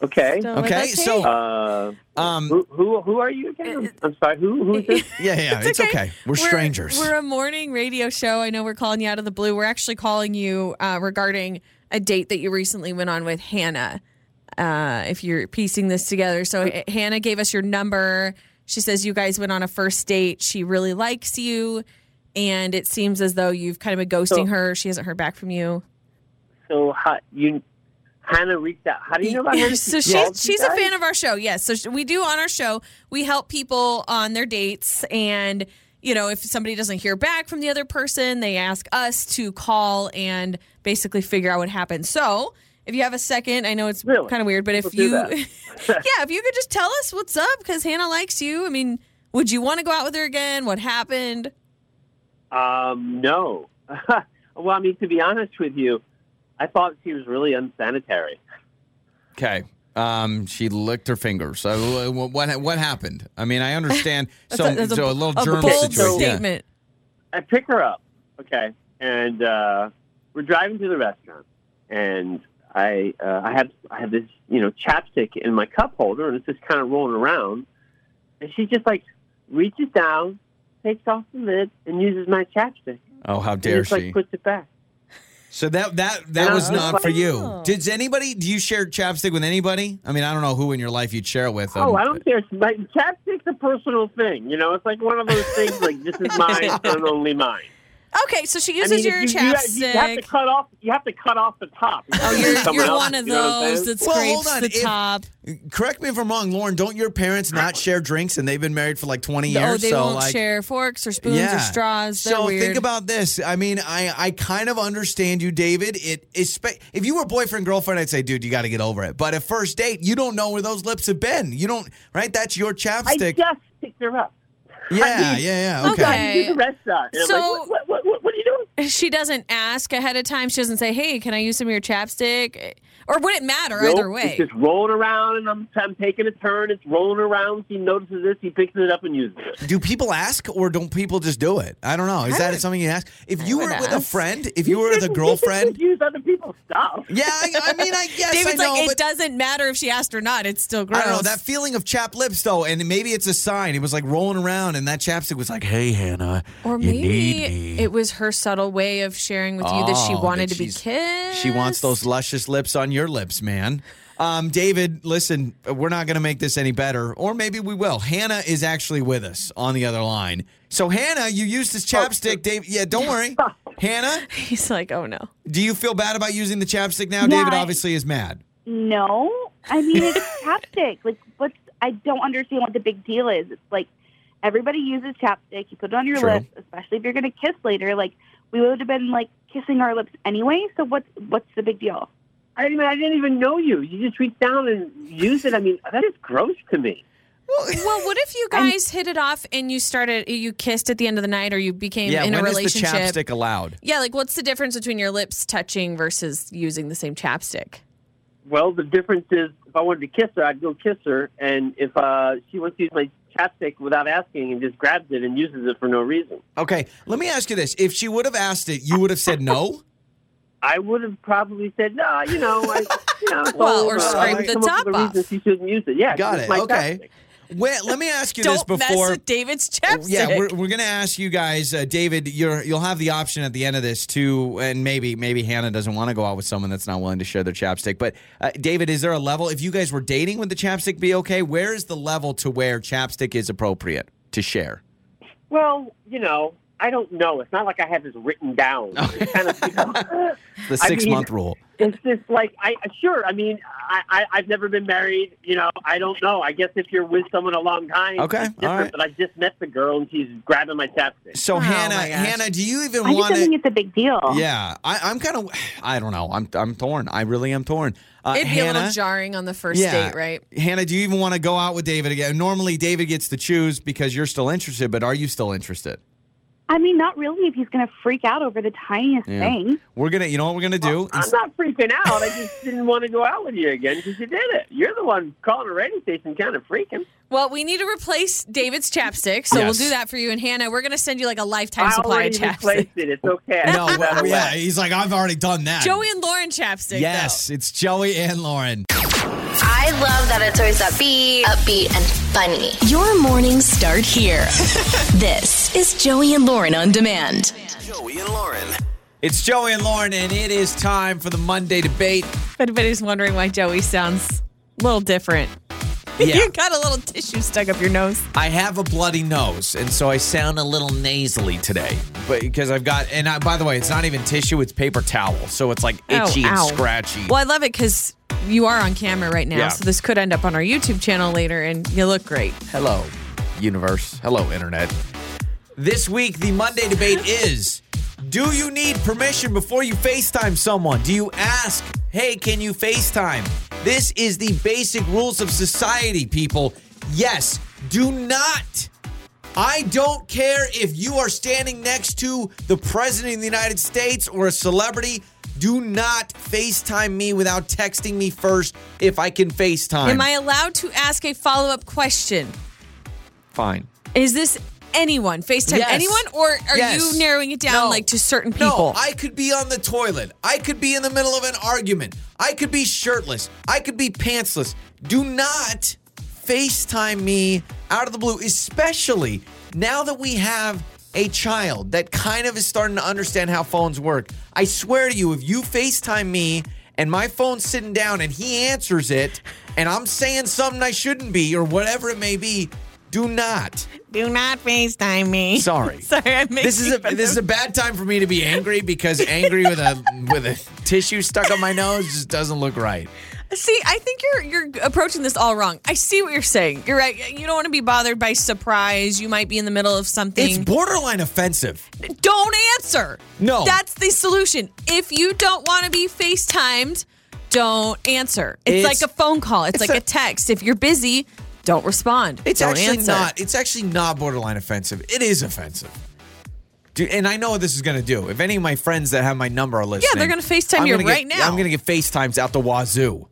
Speaker 7: okay.
Speaker 3: Don't let
Speaker 2: Okay,
Speaker 3: us hang.
Speaker 2: so
Speaker 7: Uh,
Speaker 2: um
Speaker 7: who who who are you again?
Speaker 3: Uh,
Speaker 7: I'm sorry. Who who's this?
Speaker 2: yeah, yeah, it's okay. We're strangers.
Speaker 3: We're a morning radio show. I know we're calling you out of the blue. We're actually calling you uh, regarding a date that you recently went on with Hannah. Uh, if you're piecing this together, so uh, Hannah gave us your number. She says you guys went on a first date. She really likes you, and it seems as though you've kind of been ghosting
Speaker 7: So-
Speaker 3: her. She hasn't heard back from you.
Speaker 7: So how, you Hannah reached out. How do you
Speaker 3: <laughs>
Speaker 7: know about Hannah?
Speaker 3: so
Speaker 7: She called
Speaker 3: she's
Speaker 7: you
Speaker 3: she's a
Speaker 7: guys?
Speaker 3: fan of our show. Yes, so sh- we do on our show. We help people on their dates, and you know if somebody doesn't hear back from the other person, they ask us to call and basically figure out what happened. So if you have a second, I know it's
Speaker 7: Really?
Speaker 3: kind of weird, but if
Speaker 7: We'll do
Speaker 3: you, <laughs>
Speaker 7: that. <laughs>
Speaker 3: yeah, if you could just tell us what's up because Hannah likes you. I mean, would you want to go out with her again? What happened?
Speaker 7: Um, no. <laughs> well, I mean, to be honest with you, I thought she was really unsanitary.
Speaker 2: okay. Um, she licked her fingers. So uh, what what happened? I mean, I understand. so,
Speaker 3: <laughs> That's that's
Speaker 2: so a little
Speaker 3: a
Speaker 2: germ
Speaker 3: bold
Speaker 2: situation. Yeah.
Speaker 3: statement.
Speaker 7: I pick her up, okay, and uh, we're driving to the restaurant, and I uh, I have I have this you know chapstick in my cup holder, and it's just kind of rolling around, and she just like reaches down, takes off the lid, and uses my chapstick,
Speaker 2: Oh, how
Speaker 7: and
Speaker 2: dare
Speaker 7: just like
Speaker 2: she?
Speaker 7: puts it back.
Speaker 2: So that that that was
Speaker 7: Oh.
Speaker 2: not for you. Did anybody? Do you share chapstick with anybody? I mean, I don't know who in your life you'd share it with.
Speaker 7: Oh,
Speaker 2: um,
Speaker 7: I don't care. It's- My chapstick's a personal thing, you know. It's like one of those things like this is mine and
Speaker 3: <laughs>
Speaker 7: only mine.
Speaker 3: Okay, so she
Speaker 7: I
Speaker 3: uses
Speaker 7: mean, if
Speaker 3: your
Speaker 7: you, you have-
Speaker 3: chapstick.
Speaker 7: You, have to cut off. You have to cut off the top.
Speaker 3: Oh, you're, you're one of those that
Speaker 2: Well, hold
Speaker 3: scrapes
Speaker 2: on,
Speaker 3: the
Speaker 2: if-
Speaker 3: top.
Speaker 2: Correct me if I'm wrong, Lauren. Don't your parents not share drinks, and they've been married for like 20 years?
Speaker 3: Oh, they
Speaker 2: so
Speaker 3: won't
Speaker 2: like,
Speaker 3: share forks or spoons
Speaker 2: yeah.
Speaker 3: or straws. They're
Speaker 2: so
Speaker 3: weird.
Speaker 2: think about this. I mean, I I kind of understand you, David. It is spe- if you were boyfriend girlfriend, I'd say, dude, you got to get over it. But at first date, you don't know where those lips have been. You don't right. That's your
Speaker 7: I
Speaker 2: chapstick.
Speaker 7: just picked her up.
Speaker 2: yeah,
Speaker 7: mean-
Speaker 2: yeah, yeah. Okay.
Speaker 7: <laughs>
Speaker 3: Okay.
Speaker 7: Driving to the restaurant. And
Speaker 3: So-
Speaker 7: I'm like, what, what, what, what are you
Speaker 3: <laughs>
Speaker 7: doing?
Speaker 3: she doesn't ask ahead of time. She doesn't say, "Hey, can I use some of your chapstick?" Or would it matter either
Speaker 7: Nope,
Speaker 3: way?
Speaker 7: It's just rolling around, and I'm, I'm taking a turn. It's rolling around. He notices this. He picks it up and uses it.
Speaker 2: Do people ask or don't people just do it? I don't know. Is that something you ask? If you were
Speaker 3: would
Speaker 2: with a
Speaker 3: ask.
Speaker 2: friend, if you were with a
Speaker 7: Just
Speaker 2: girlfriend,
Speaker 7: use other people's stuff.
Speaker 2: yeah, I, I mean, I guess
Speaker 3: David's
Speaker 2: I know,
Speaker 3: like, "It
Speaker 2: but
Speaker 3: doesn't matter if she asked or not. It's still gross."
Speaker 2: I don't know that feeling of chapped lips though, and maybe it's a sign. It was like rolling around, and that chapstick was like, "Hey, Hannah,
Speaker 3: or
Speaker 2: you
Speaker 3: maybe
Speaker 2: need me."
Speaker 3: it was her subtle way of sharing with you that she
Speaker 2: Oh,
Speaker 3: wanted
Speaker 2: that
Speaker 3: to be
Speaker 2: she's-
Speaker 3: kissed.
Speaker 2: She wants those luscious lips on your lips, man. Um, David, listen, we're not going to make this any better, or maybe we will. Hannah is actually with us on the other line. So, Hannah, you used this chapstick, Dave. Yeah, don't worry. Hannah,
Speaker 3: <laughs> He's like, "Oh no."
Speaker 2: Do you feel bad about using the chapstick now?
Speaker 6: Yeah,
Speaker 2: David
Speaker 6: I-
Speaker 2: obviously is mad.
Speaker 6: No, I
Speaker 2: <laughs>
Speaker 6: mean it's chapstick. Like, what's I don't understand what the big deal is. It's like everybody uses chapstick. You put it on your
Speaker 2: True.
Speaker 6: lips, especially if you're gonna kiss later. Like, we would have been like kissing our lips anyway. So what's what's the big deal?
Speaker 7: I didn't, even, I didn't even know you. You just reached down and used it. I mean, that is gross to me.
Speaker 3: Well, <laughs> what if you guys hit it off and you started, you kissed at the end of the night, or you became
Speaker 2: yeah,
Speaker 3: in
Speaker 2: when
Speaker 3: a
Speaker 2: is the
Speaker 3: relationship?
Speaker 2: chapstick allowed?
Speaker 3: Yeah, like what's the difference between your lips touching versus using the same chapstick?
Speaker 7: Well, the difference is if I wanted to kiss her, I'd go kiss her, and if uh, she wants to use my chapstick without asking and just grabs it and uses it for no reason,
Speaker 2: Okay, let me ask you this: If she would have asked it, you would have said no.
Speaker 7: I would have probably said, "No, you know, I,
Speaker 3: <laughs>
Speaker 7: you know, it's
Speaker 3: Well,
Speaker 7: all
Speaker 3: or
Speaker 7: over.
Speaker 3: scrape
Speaker 7: I
Speaker 3: the
Speaker 7: come up
Speaker 3: top
Speaker 7: with a reason
Speaker 3: off.
Speaker 7: She shouldn't use it. Yeah,
Speaker 2: Got
Speaker 7: it's
Speaker 2: it.
Speaker 7: my
Speaker 2: Okay.
Speaker 7: chapstick.
Speaker 2: Wait, let me ask you this before.
Speaker 3: Don't mess with David's chapstick.
Speaker 2: yeah, we're, we're gonna ask you guys, uh, David. You're you'll have the option at the end of this too, and maybe maybe Hannah doesn't want to go out with someone that's not willing to share their chapstick. But uh, David, is there a level? If you guys were dating, would the chapstick be okay? Where is the level to where chapstick is appropriate to share?
Speaker 7: Well, you know, I don't know. It's not like I have this written down. It's kind of, you know,
Speaker 2: The
Speaker 7: I mean-
Speaker 2: six month rule.
Speaker 7: it's just like I sure. I mean, I, I I've never been married. You know, I don't know. I guess if you're with someone a long time,
Speaker 2: Okay,
Speaker 7: it's different,
Speaker 2: all right.
Speaker 7: But I just met the girl and she's grabbing my chapstick.
Speaker 2: So
Speaker 3: Oh,
Speaker 2: Hannah,
Speaker 3: my gosh.
Speaker 2: Hannah, do you even
Speaker 6: I just
Speaker 2: want
Speaker 6: don't
Speaker 2: to?
Speaker 6: think it's a big deal.
Speaker 2: Yeah, I, I'm kind of. I don't know. I'm I'm torn. I really am torn. Uh,
Speaker 3: It'd be
Speaker 2: Hannah,
Speaker 3: a little jarring on the first
Speaker 2: Yeah.
Speaker 3: date, right?
Speaker 2: Hannah, do you even want to go out with David again? Normally, David gets to choose because you're still interested, but are you still interested?
Speaker 6: I mean, not really if he's going to freak out over the tiniest
Speaker 2: Yeah.
Speaker 6: thing.
Speaker 2: We're gonna, you know what we're gonna do?
Speaker 7: I'm not freaking out. I just didn't want to go out with you again because you did it. You're the one calling a radio station, kind of freaking.
Speaker 3: Well, we need to replace David's chapstick, so we'll
Speaker 2: Yes.
Speaker 3: do that for you. And Hannah, we're going to send you like a lifetime
Speaker 7: I
Speaker 3: supply of
Speaker 7: already
Speaker 3: chapstick.
Speaker 7: replaced it. It's okay. I
Speaker 4: No,
Speaker 7: put that
Speaker 4: well,
Speaker 7: away.
Speaker 4: yeah, he's like, I've already done that.
Speaker 3: Joey and Lauren chapstick.
Speaker 4: Yes, it's Joey and Lauren.
Speaker 8: I love that it's always upbeat, upbeat, and funny.
Speaker 1: Your mornings start here. <laughs> this is Joey and Lauren on demand.
Speaker 5: Joey and Lauren.
Speaker 2: It's Joey and Lauren, and it is time for the Monday debate.
Speaker 3: Though. If anybody's wondering why Joey sounds a little different, <laughs>
Speaker 2: Yeah,
Speaker 3: you got a little tissue stuck up your nose.
Speaker 2: I have a bloody nose, and so I sound a little nasally today. But because I've got, and I, by the way, it's not even tissue; it's paper towel, so it's like
Speaker 3: Oh,
Speaker 2: itchy and
Speaker 3: ow.
Speaker 2: scratchy.
Speaker 3: Well, I love it because you are on camera right now,
Speaker 2: Yeah.
Speaker 3: so this could end up on our YouTube channel later, and you look great.
Speaker 2: Hello, universe. Hello, internet. This week, the Monday debate is Do you need permission before you FaceTime someone? Do you ask, Hey, can you FaceTime? This is the basic rules of society, people. Yes, do not. I don't care if you are standing next to the President of the United States or a celebrity. Do not FaceTime me without texting me first if I can FaceTime.
Speaker 3: Am I allowed to ask a follow up question?
Speaker 2: fine?
Speaker 3: Is this anyone FaceTime
Speaker 2: Yes.
Speaker 3: anyone, or are
Speaker 2: Yes.
Speaker 3: you narrowing it down
Speaker 2: No.
Speaker 3: like to certain
Speaker 2: No,
Speaker 3: people?
Speaker 2: I could be on the toilet. I could be in the middle of an argument. I could be shirtless. I could be pantsless. Do not FaceTime me out of the blue, especially now that we have a child that kind of is starting to understand how phones work. I swear to you, if you FaceTime me and my phone's sitting down and he answers it and I'm saying something I shouldn't be or whatever it may be, do not.
Speaker 3: Do not FaceTime me. <laughs>
Speaker 2: Sorry.
Speaker 3: Sorry, I'm
Speaker 2: This is a this is a bad time for me to be angry because angry with a with a tissue stuck on my nose just doesn't look right.
Speaker 3: <laughs> See, I think you're you're approaching this all wrong. I see what you're saying. You're right. You don't want to be bothered by surprise. You might be in the middle of
Speaker 2: It's
Speaker 3: something.
Speaker 2: borderline offensive.
Speaker 3: don't answer.
Speaker 2: No.
Speaker 3: That's the solution. If you don't want to be FaceTimed, don't answer. It's,
Speaker 2: It's-
Speaker 3: like a phone call. It's,
Speaker 2: it's
Speaker 3: like
Speaker 2: a-
Speaker 3: a, text. If you're busy, don't respond.
Speaker 2: It's
Speaker 3: don't
Speaker 2: actually
Speaker 3: answer.
Speaker 2: not. It's actually not borderline offensive. It is offensive. Dude, and I know what this is going to do. If any of my friends that have my number are listening,
Speaker 3: they're gonna FaceTime
Speaker 2: I'm
Speaker 3: you
Speaker 2: gonna get-
Speaker 3: right now.
Speaker 2: I'm going to get FaceTimes out the wazoo.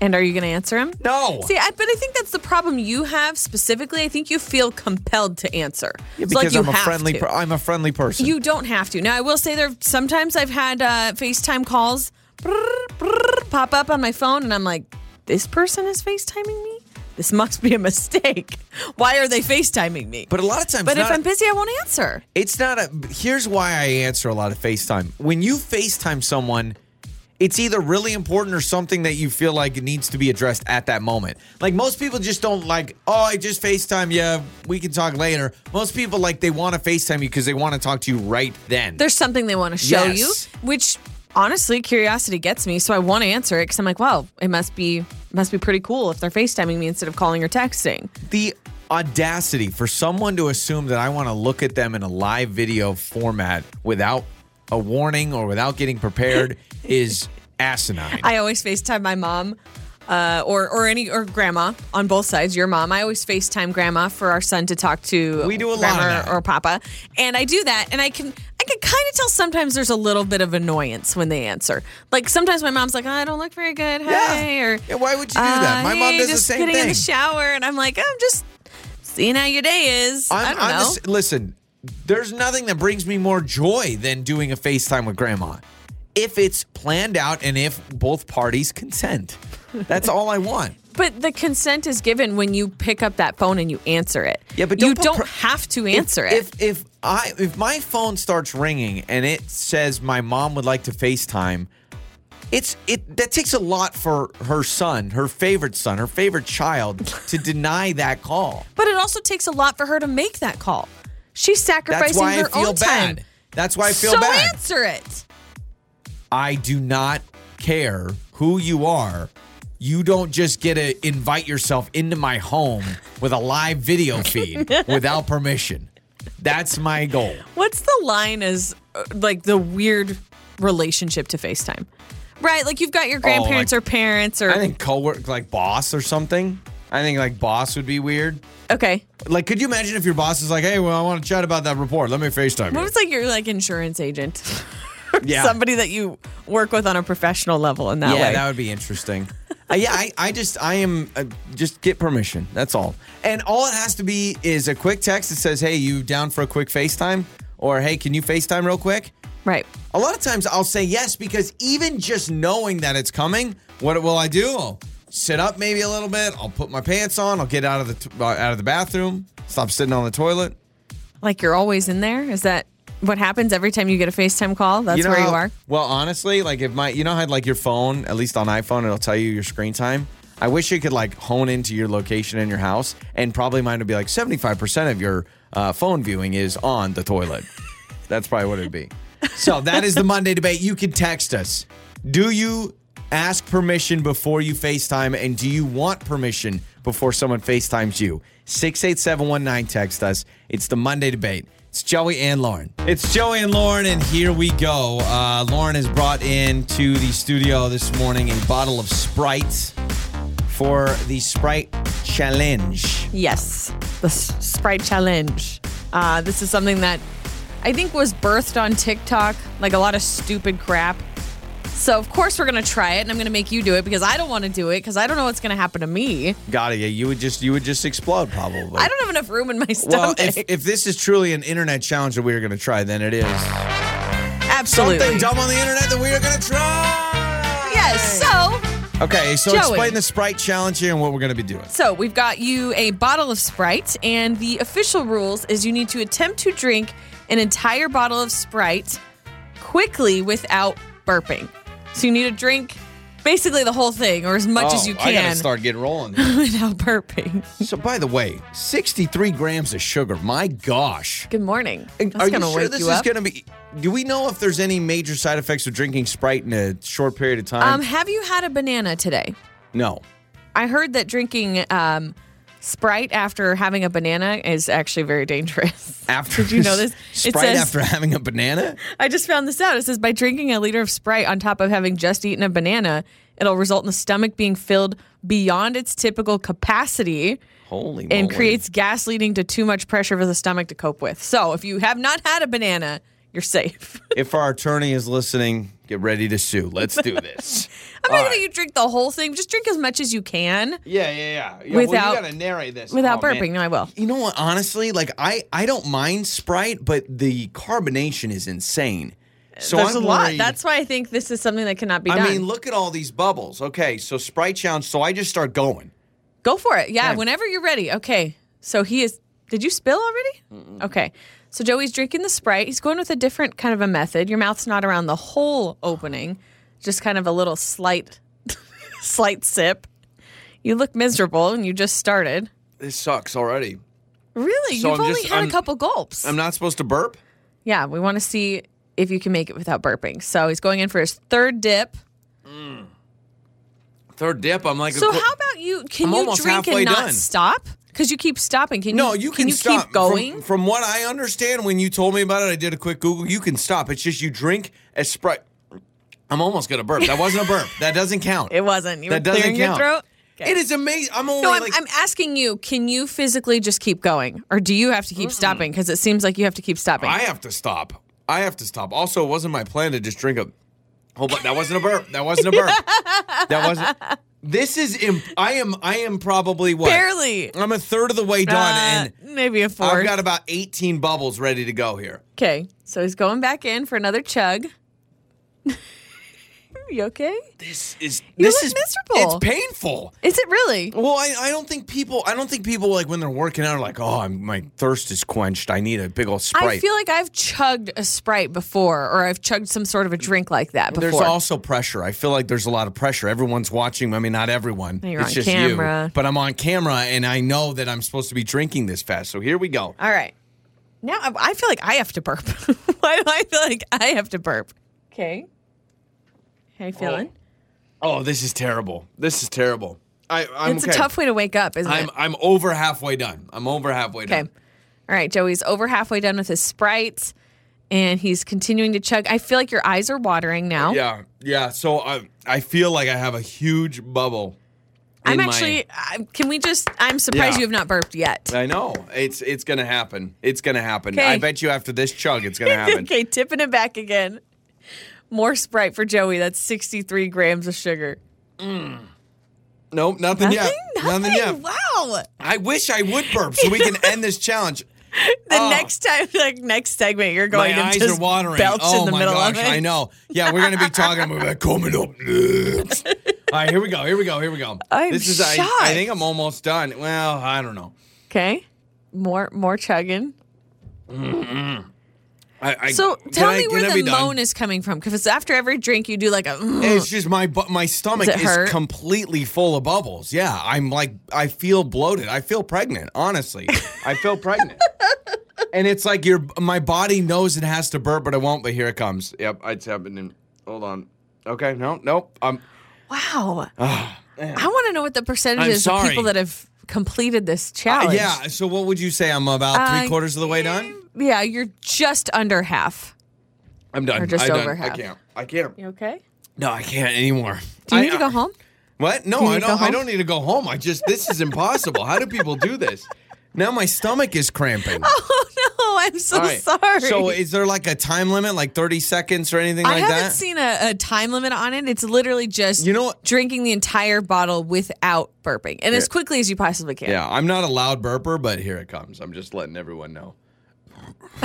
Speaker 3: And are you going to answer him?
Speaker 2: No.
Speaker 3: See, I, but I think that's the problem you have specifically. I think you feel compelled to answer.
Speaker 2: Yeah,
Speaker 3: It's
Speaker 2: because
Speaker 3: like you
Speaker 2: I'm a
Speaker 3: have
Speaker 2: friendly.
Speaker 3: to.
Speaker 2: Per- I'm a friendly person.
Speaker 3: You don't have to. Now, I will say there. Sometimes I've had uh, FaceTime calls brrr, brrr, pop up on my phone, and I'm like, "This person is FaceTiming me. This must be a mistake. Why are they FaceTiming me?"
Speaker 2: but a lot of times,
Speaker 3: But if
Speaker 2: not-
Speaker 3: I'm busy, I won't answer.
Speaker 2: It's not a. Here's why I answer a lot of FaceTime. When you FaceTime someone, it's either really important or something that you feel like it needs to be addressed at that moment. Like most people just don't like, oh, I just FaceTime you. We can talk later. Most people like they want to FaceTime you because they want to talk to you right then.
Speaker 3: There's something they want to show
Speaker 2: Yes.
Speaker 3: you, which honestly, curiosity gets me. So I want to answer it because I'm like, "Wow, it must be must be pretty cool if they're FaceTiming me instead of calling or texting."
Speaker 2: the audacity for someone to assume that I want to look at them in a live video format without a warning or without getting prepared is asinine.
Speaker 3: I always FaceTime my mom. Uh, or or any or grandma on both sides. Your mom. I always FaceTime grandma for our son to talk to.
Speaker 2: We do a lot of
Speaker 3: grandma
Speaker 2: that.
Speaker 3: or papa, and I do that, and I can I can kind of tell sometimes there's a little bit of annoyance when they answer. Like sometimes my mom's like, oh, I don't look very good. Hey, or uh,
Speaker 2: Yeah, why would you do that? My mom
Speaker 3: "Hey,
Speaker 2: does the
Speaker 3: just
Speaker 2: same
Speaker 3: getting in the
Speaker 2: thing."
Speaker 3: shower, and I'm like, I'm just seeing how your day is. I'm, I do not know.
Speaker 2: the s- listen, there's nothing that brings me more joy than doing a FaceTime with grandma. If it's planned out and if both parties consent. That's all I want.
Speaker 3: But the consent is given when you pick up that phone and you answer it.
Speaker 2: Yeah, but don't
Speaker 3: you
Speaker 2: put
Speaker 3: don't
Speaker 2: pr-
Speaker 3: have to <laughs> answer it.
Speaker 2: If if I if my phone starts ringing and it says my mom would like to FaceTime, it's it that takes a lot for her son, her favorite son, her favorite child
Speaker 3: <laughs>
Speaker 2: to deny that call.
Speaker 3: But it also takes a lot for her to make that call. She's sacrificing
Speaker 2: That's why I
Speaker 3: her
Speaker 2: feel
Speaker 3: own
Speaker 2: bad.
Speaker 3: time.
Speaker 2: That's why I feel
Speaker 3: so
Speaker 2: bad.
Speaker 3: answer it.
Speaker 2: I do not care who you are. You don't just get to invite yourself into my home with a live video
Speaker 3: <laughs>
Speaker 2: feed without permission. That's my goal.
Speaker 3: What's the line as uh, like the weird relationship to FaceTime? Right, like you've got your grandparents
Speaker 2: like-
Speaker 3: or parents or
Speaker 2: I think cowork like boss or something. I think like boss would be weird.
Speaker 3: Okay.
Speaker 2: Like, could you imagine if your boss is like, "Hey, well, I want to chat about that report. Let me Facetime you."
Speaker 3: What was like your like insurance agent? <laughs>
Speaker 2: Yeah.
Speaker 3: Somebody that you work with on a professional level in that
Speaker 2: yeah,
Speaker 3: way.
Speaker 2: that would be interesting. Uh, yeah, I, I just, I am, uh, just get permission. That's all. And all it has to be is a quick text that says, hey, you down for a quick FaceTime? Or, hey, can you FaceTime real quick?
Speaker 3: right.
Speaker 2: A lot of times I'll say yes because even just knowing that it's coming, what will I do? I'll sit up maybe a little bit. I'll put my pants on. I'll get out of the t- uh, out of the bathroom. Stop sitting on the toilet.
Speaker 3: Like you're always in there? Is that what happens every time you get a FaceTime call? That's
Speaker 2: know
Speaker 3: where you
Speaker 2: how-
Speaker 3: are?
Speaker 2: Well, honestly, like if my, you know how like your phone, at least on iPhone, it'll tell you your screen time. I wish it could like hone into your location in your house, and probably mine would be like seventy five percent of your uh, phone viewing is on the toilet. That's probably what it'd be. So that is the Monday debate. You can text us. Do you ask permission before you FaceTime, and do you want permission before someone FaceTimes you? Six eight seven one nine. Text us. It's the Monday debate. It's Joey and Lauren.
Speaker 4: It's Joey and Lauren, and here we go. Uh, Lauren has brought in to the studio this morning a bottle of Sprite
Speaker 2: for the Sprite Challenge.
Speaker 3: Yes, the S- Sprite Challenge. Uh, this is something that I think was birthed on TikTok, like a lot of stupid crap. So, of course, we're going to try it, and I'm going to make you do it because I don't want to do it because I don't know what's going to happen to me.
Speaker 2: Got it. Yeah, you would just you would just explode probably.
Speaker 3: I don't have enough room in my
Speaker 2: well,
Speaker 3: stomach. <laughs>
Speaker 2: if, if this is truly an internet challenge that we are going to try, then it is
Speaker 3: Absolutely.
Speaker 2: something dumb on the internet that we are going to try.
Speaker 3: Yes, so
Speaker 2: Okay, so
Speaker 3: Joey.
Speaker 2: explain the Sprite Challenge here and what we're going to be doing.
Speaker 3: So we've got you a bottle of Sprite, and the official rules is you need to attempt to drink an entire bottle of Sprite quickly without burping. So you need to drink basically the whole thing or as much as
Speaker 2: Oh,
Speaker 3: you
Speaker 2: I got
Speaker 3: can
Speaker 2: to start getting rolling.
Speaker 3: <laughs> without burping.
Speaker 2: <laughs> so, by the way, sixty-three grams of sugar. My gosh.
Speaker 3: Good morning. That's
Speaker 2: Are you
Speaker 3: gonna
Speaker 2: sure
Speaker 3: wake
Speaker 2: this
Speaker 3: you
Speaker 2: is
Speaker 3: up.
Speaker 2: going to be? Do we know if there's any major side effects of drinking Sprite in a short period of time?
Speaker 3: um, have you had a banana today?
Speaker 2: no.
Speaker 3: I heard that drinking um, Sprite after having a banana is actually very dangerous. <laughs>
Speaker 2: After
Speaker 3: Did you
Speaker 2: <laughs>
Speaker 3: know this? It
Speaker 2: Sprite
Speaker 3: says-
Speaker 2: after having a banana?
Speaker 3: I just found this out. It says by drinking a liter of Sprite on top of having just eaten a banana, it'll result in the stomach being filled beyond its typical capacity
Speaker 2: Holy
Speaker 3: and
Speaker 2: moly.
Speaker 3: creates gas, leading to too much pressure for the stomach to cope with. So if you have not had a banana, you're safe. <laughs>
Speaker 2: If our attorney is listening, get ready to sue. Let's do this.
Speaker 3: I'm not gonna you drink the whole thing. Just drink as much as you can
Speaker 2: <laughs> yeah, yeah, yeah. yeah
Speaker 3: Without-
Speaker 2: well, you gotta narrate this
Speaker 3: without
Speaker 2: Oh, man.
Speaker 3: burping. No, I will.
Speaker 2: You know what? Honestly, like I, I don't mind Sprite, but the carbonation is insane. So
Speaker 3: There's
Speaker 2: I'm
Speaker 3: a lot.
Speaker 2: worried-
Speaker 3: That's why I think this is something that cannot be
Speaker 2: I
Speaker 3: done.
Speaker 2: mean, look at all these bubbles. Okay, so Sprite challenge. So I just start going.
Speaker 3: Go for it. Yeah, whenever you're ready. Okay. So he is. Did you spill already? Okay. So Joey's drinking the Sprite. He's going with a different kind of a method. Your mouth's not around the whole opening, just kind of a little slight, <laughs> slight sip. You look miserable and you just started.
Speaker 2: This sucks already.
Speaker 3: Really?
Speaker 2: So
Speaker 3: You've
Speaker 2: I'm
Speaker 3: only
Speaker 2: just-
Speaker 3: had
Speaker 2: I'm-
Speaker 3: a couple gulps.
Speaker 2: I'm not supposed to burp.
Speaker 3: yeah, we want to see if you can make it without burping. So he's going in for his third dip.
Speaker 2: Third dip. I'm like. a
Speaker 3: So
Speaker 2: qu-
Speaker 3: how about you? Can
Speaker 2: I'm
Speaker 3: you
Speaker 2: almost
Speaker 3: drink
Speaker 2: halfway
Speaker 3: and not
Speaker 2: done.
Speaker 3: stop? Because you keep stopping. Can
Speaker 2: No,
Speaker 3: you?
Speaker 2: you can,
Speaker 3: you
Speaker 2: stop.
Speaker 3: keep going?
Speaker 2: From, from what I understand, when you told me about it, I did a quick Google. You can stop. It's just you drink a Sprite. I'm almost gonna burp. That wasn't a burp. That doesn't count.
Speaker 3: It wasn't. You
Speaker 2: that
Speaker 3: were
Speaker 2: doesn't
Speaker 3: clearing
Speaker 2: count.
Speaker 3: your throat. Okay.
Speaker 2: It is amazing. I'm only
Speaker 3: No, I'm,
Speaker 2: like
Speaker 3: I'm asking you. Can you physically just keep going, or do you have to
Speaker 2: Mm.
Speaker 3: keep stopping? Because it seems like you have to keep stopping.
Speaker 2: I have to stop. I have to stop. Also, it wasn't my plan to just drink a whole bunch. That wasn't a burp. That wasn't a
Speaker 3: <laughs>
Speaker 2: burp. that wasn't. This is. Imp- I am. I am probably what.
Speaker 3: Barely.
Speaker 2: I'm a third of the way done,
Speaker 3: Uh,
Speaker 2: and
Speaker 3: maybe a
Speaker 2: I've
Speaker 3: 4
Speaker 2: got about 18 bubbles ready to go here.
Speaker 3: okay, so he's going back in for another chug. <laughs> you okay?
Speaker 2: This is.
Speaker 3: You
Speaker 2: this
Speaker 3: look
Speaker 2: is
Speaker 3: miserable.
Speaker 2: It's painful.
Speaker 3: Is it really?
Speaker 2: Well, I, I don't think people. I don't think people like when they're working out are like, oh, I'm, my thirst is quenched. I need a big old sprite.
Speaker 3: I feel like I've chugged a Sprite before, or I've chugged some sort of a drink like that before.
Speaker 2: there's also pressure. I feel like there's a lot of pressure. Everyone's watching. I mean, not everyone.
Speaker 3: You're
Speaker 2: it's
Speaker 3: on
Speaker 2: just you.
Speaker 3: camera.
Speaker 2: But I'm on camera, and I know that I'm supposed to be drinking this fast. So here we go.
Speaker 3: All right. Now I, I feel like I have to burp. <laughs> Why do I feel like I have to burp? Okay. How you feeling?
Speaker 2: Oh, this is terrible. This is terrible. I, I'm
Speaker 3: it's
Speaker 2: okay.
Speaker 3: a tough way to wake up, isn't
Speaker 2: I'm
Speaker 3: it?
Speaker 2: I'm over halfway done. I'm over halfway
Speaker 3: Okay.
Speaker 2: done.
Speaker 3: All right, Joey's over halfway done with his Sprite and he's continuing to chug. I feel like your eyes are watering now.
Speaker 2: Yeah, yeah. So I I feel like I have a huge bubble
Speaker 3: I'm
Speaker 2: in my-
Speaker 3: actually. I, can we just? I'm surprised
Speaker 2: Yeah.
Speaker 3: you have not burped yet.
Speaker 2: I know it's it's gonna happen. It's gonna happen. I
Speaker 3: Okay.
Speaker 2: bet you after this chug, it's
Speaker 3: <laughs>
Speaker 2: gonna happen.
Speaker 3: okay, tipping it back again. More Sprite for Joey. That's 63 grams of sugar.
Speaker 2: Nope, nothing, yet.
Speaker 3: Nothing.
Speaker 2: Nothing yet.
Speaker 3: Wow.
Speaker 2: I wish I would burp so we
Speaker 3: <laughs>
Speaker 2: can end this challenge.
Speaker 3: The
Speaker 2: Oh.
Speaker 3: next time, <laughs> like next segment, you're going
Speaker 2: My
Speaker 3: to
Speaker 2: eyes
Speaker 3: just
Speaker 2: are watering.
Speaker 3: belch
Speaker 2: oh
Speaker 3: in the
Speaker 2: my
Speaker 3: middle
Speaker 2: gosh,
Speaker 3: of it.
Speaker 2: I know. Yeah, we're gonna be talking about
Speaker 3: <laughs>
Speaker 2: that coming up next. All right, here we go. Here we go. Here we go.
Speaker 3: I'm
Speaker 2: this is I,
Speaker 3: shocked.
Speaker 2: I think I'm almost done. Well, I don't know.
Speaker 3: Okay. More more chugging.
Speaker 2: I, I,
Speaker 3: So
Speaker 2: can
Speaker 3: tell
Speaker 2: I-
Speaker 3: me
Speaker 2: can I
Speaker 3: where
Speaker 2: be
Speaker 3: the
Speaker 2: done?
Speaker 3: moan is coming from. Because it's after every drink you do like a mm.
Speaker 2: It's just my bu- my stomach
Speaker 3: Does it
Speaker 2: is
Speaker 3: hurt?
Speaker 2: completely full of bubbles. Yeah, I'm like I feel bloated. I feel pregnant. Honestly, <laughs> I feel pregnant. And it's like your my body knows it has to burp, but it won't. But here it comes. Yep, it's happening. Hold on. Okay, no, nope. I'm
Speaker 3: wow. I want to know what the percentage
Speaker 2: Ah, I'm
Speaker 3: is of
Speaker 2: sorry.
Speaker 3: people that have completed this
Speaker 2: uh,
Speaker 3: challenge.
Speaker 2: yeah. So what would you say? I'm about
Speaker 3: Uh,
Speaker 2: three quarters of the way done.
Speaker 3: Yeah, you're just under half.
Speaker 2: I'm done.
Speaker 3: or just
Speaker 2: I done.
Speaker 3: over
Speaker 2: I
Speaker 3: half.
Speaker 2: can't. I can't.
Speaker 3: You okay?
Speaker 2: No, I can't anymore.
Speaker 3: Do you
Speaker 2: I-
Speaker 3: need to go home? <laughs>
Speaker 2: What? No,
Speaker 3: Do you
Speaker 2: I
Speaker 3: need to
Speaker 2: don't.
Speaker 3: go
Speaker 2: I
Speaker 3: home?
Speaker 2: don't need to go home. I just this is impossible. How do people do this? Now my stomach is cramping.
Speaker 3: <laughs> Oh no, I'm so
Speaker 2: All right.
Speaker 3: sorry.
Speaker 2: So is there like a time limit, like thirty seconds or anything
Speaker 3: I
Speaker 2: like
Speaker 3: haven't
Speaker 2: that?
Speaker 3: seen a, a time limit on it. It's literally just
Speaker 2: You know what-
Speaker 3: drinking the entire bottle without burping and as quickly as you possibly can.
Speaker 2: yeah, I'm not a loud burper, but here it comes. I'm just letting everyone
Speaker 3: <laughs>
Speaker 2: know.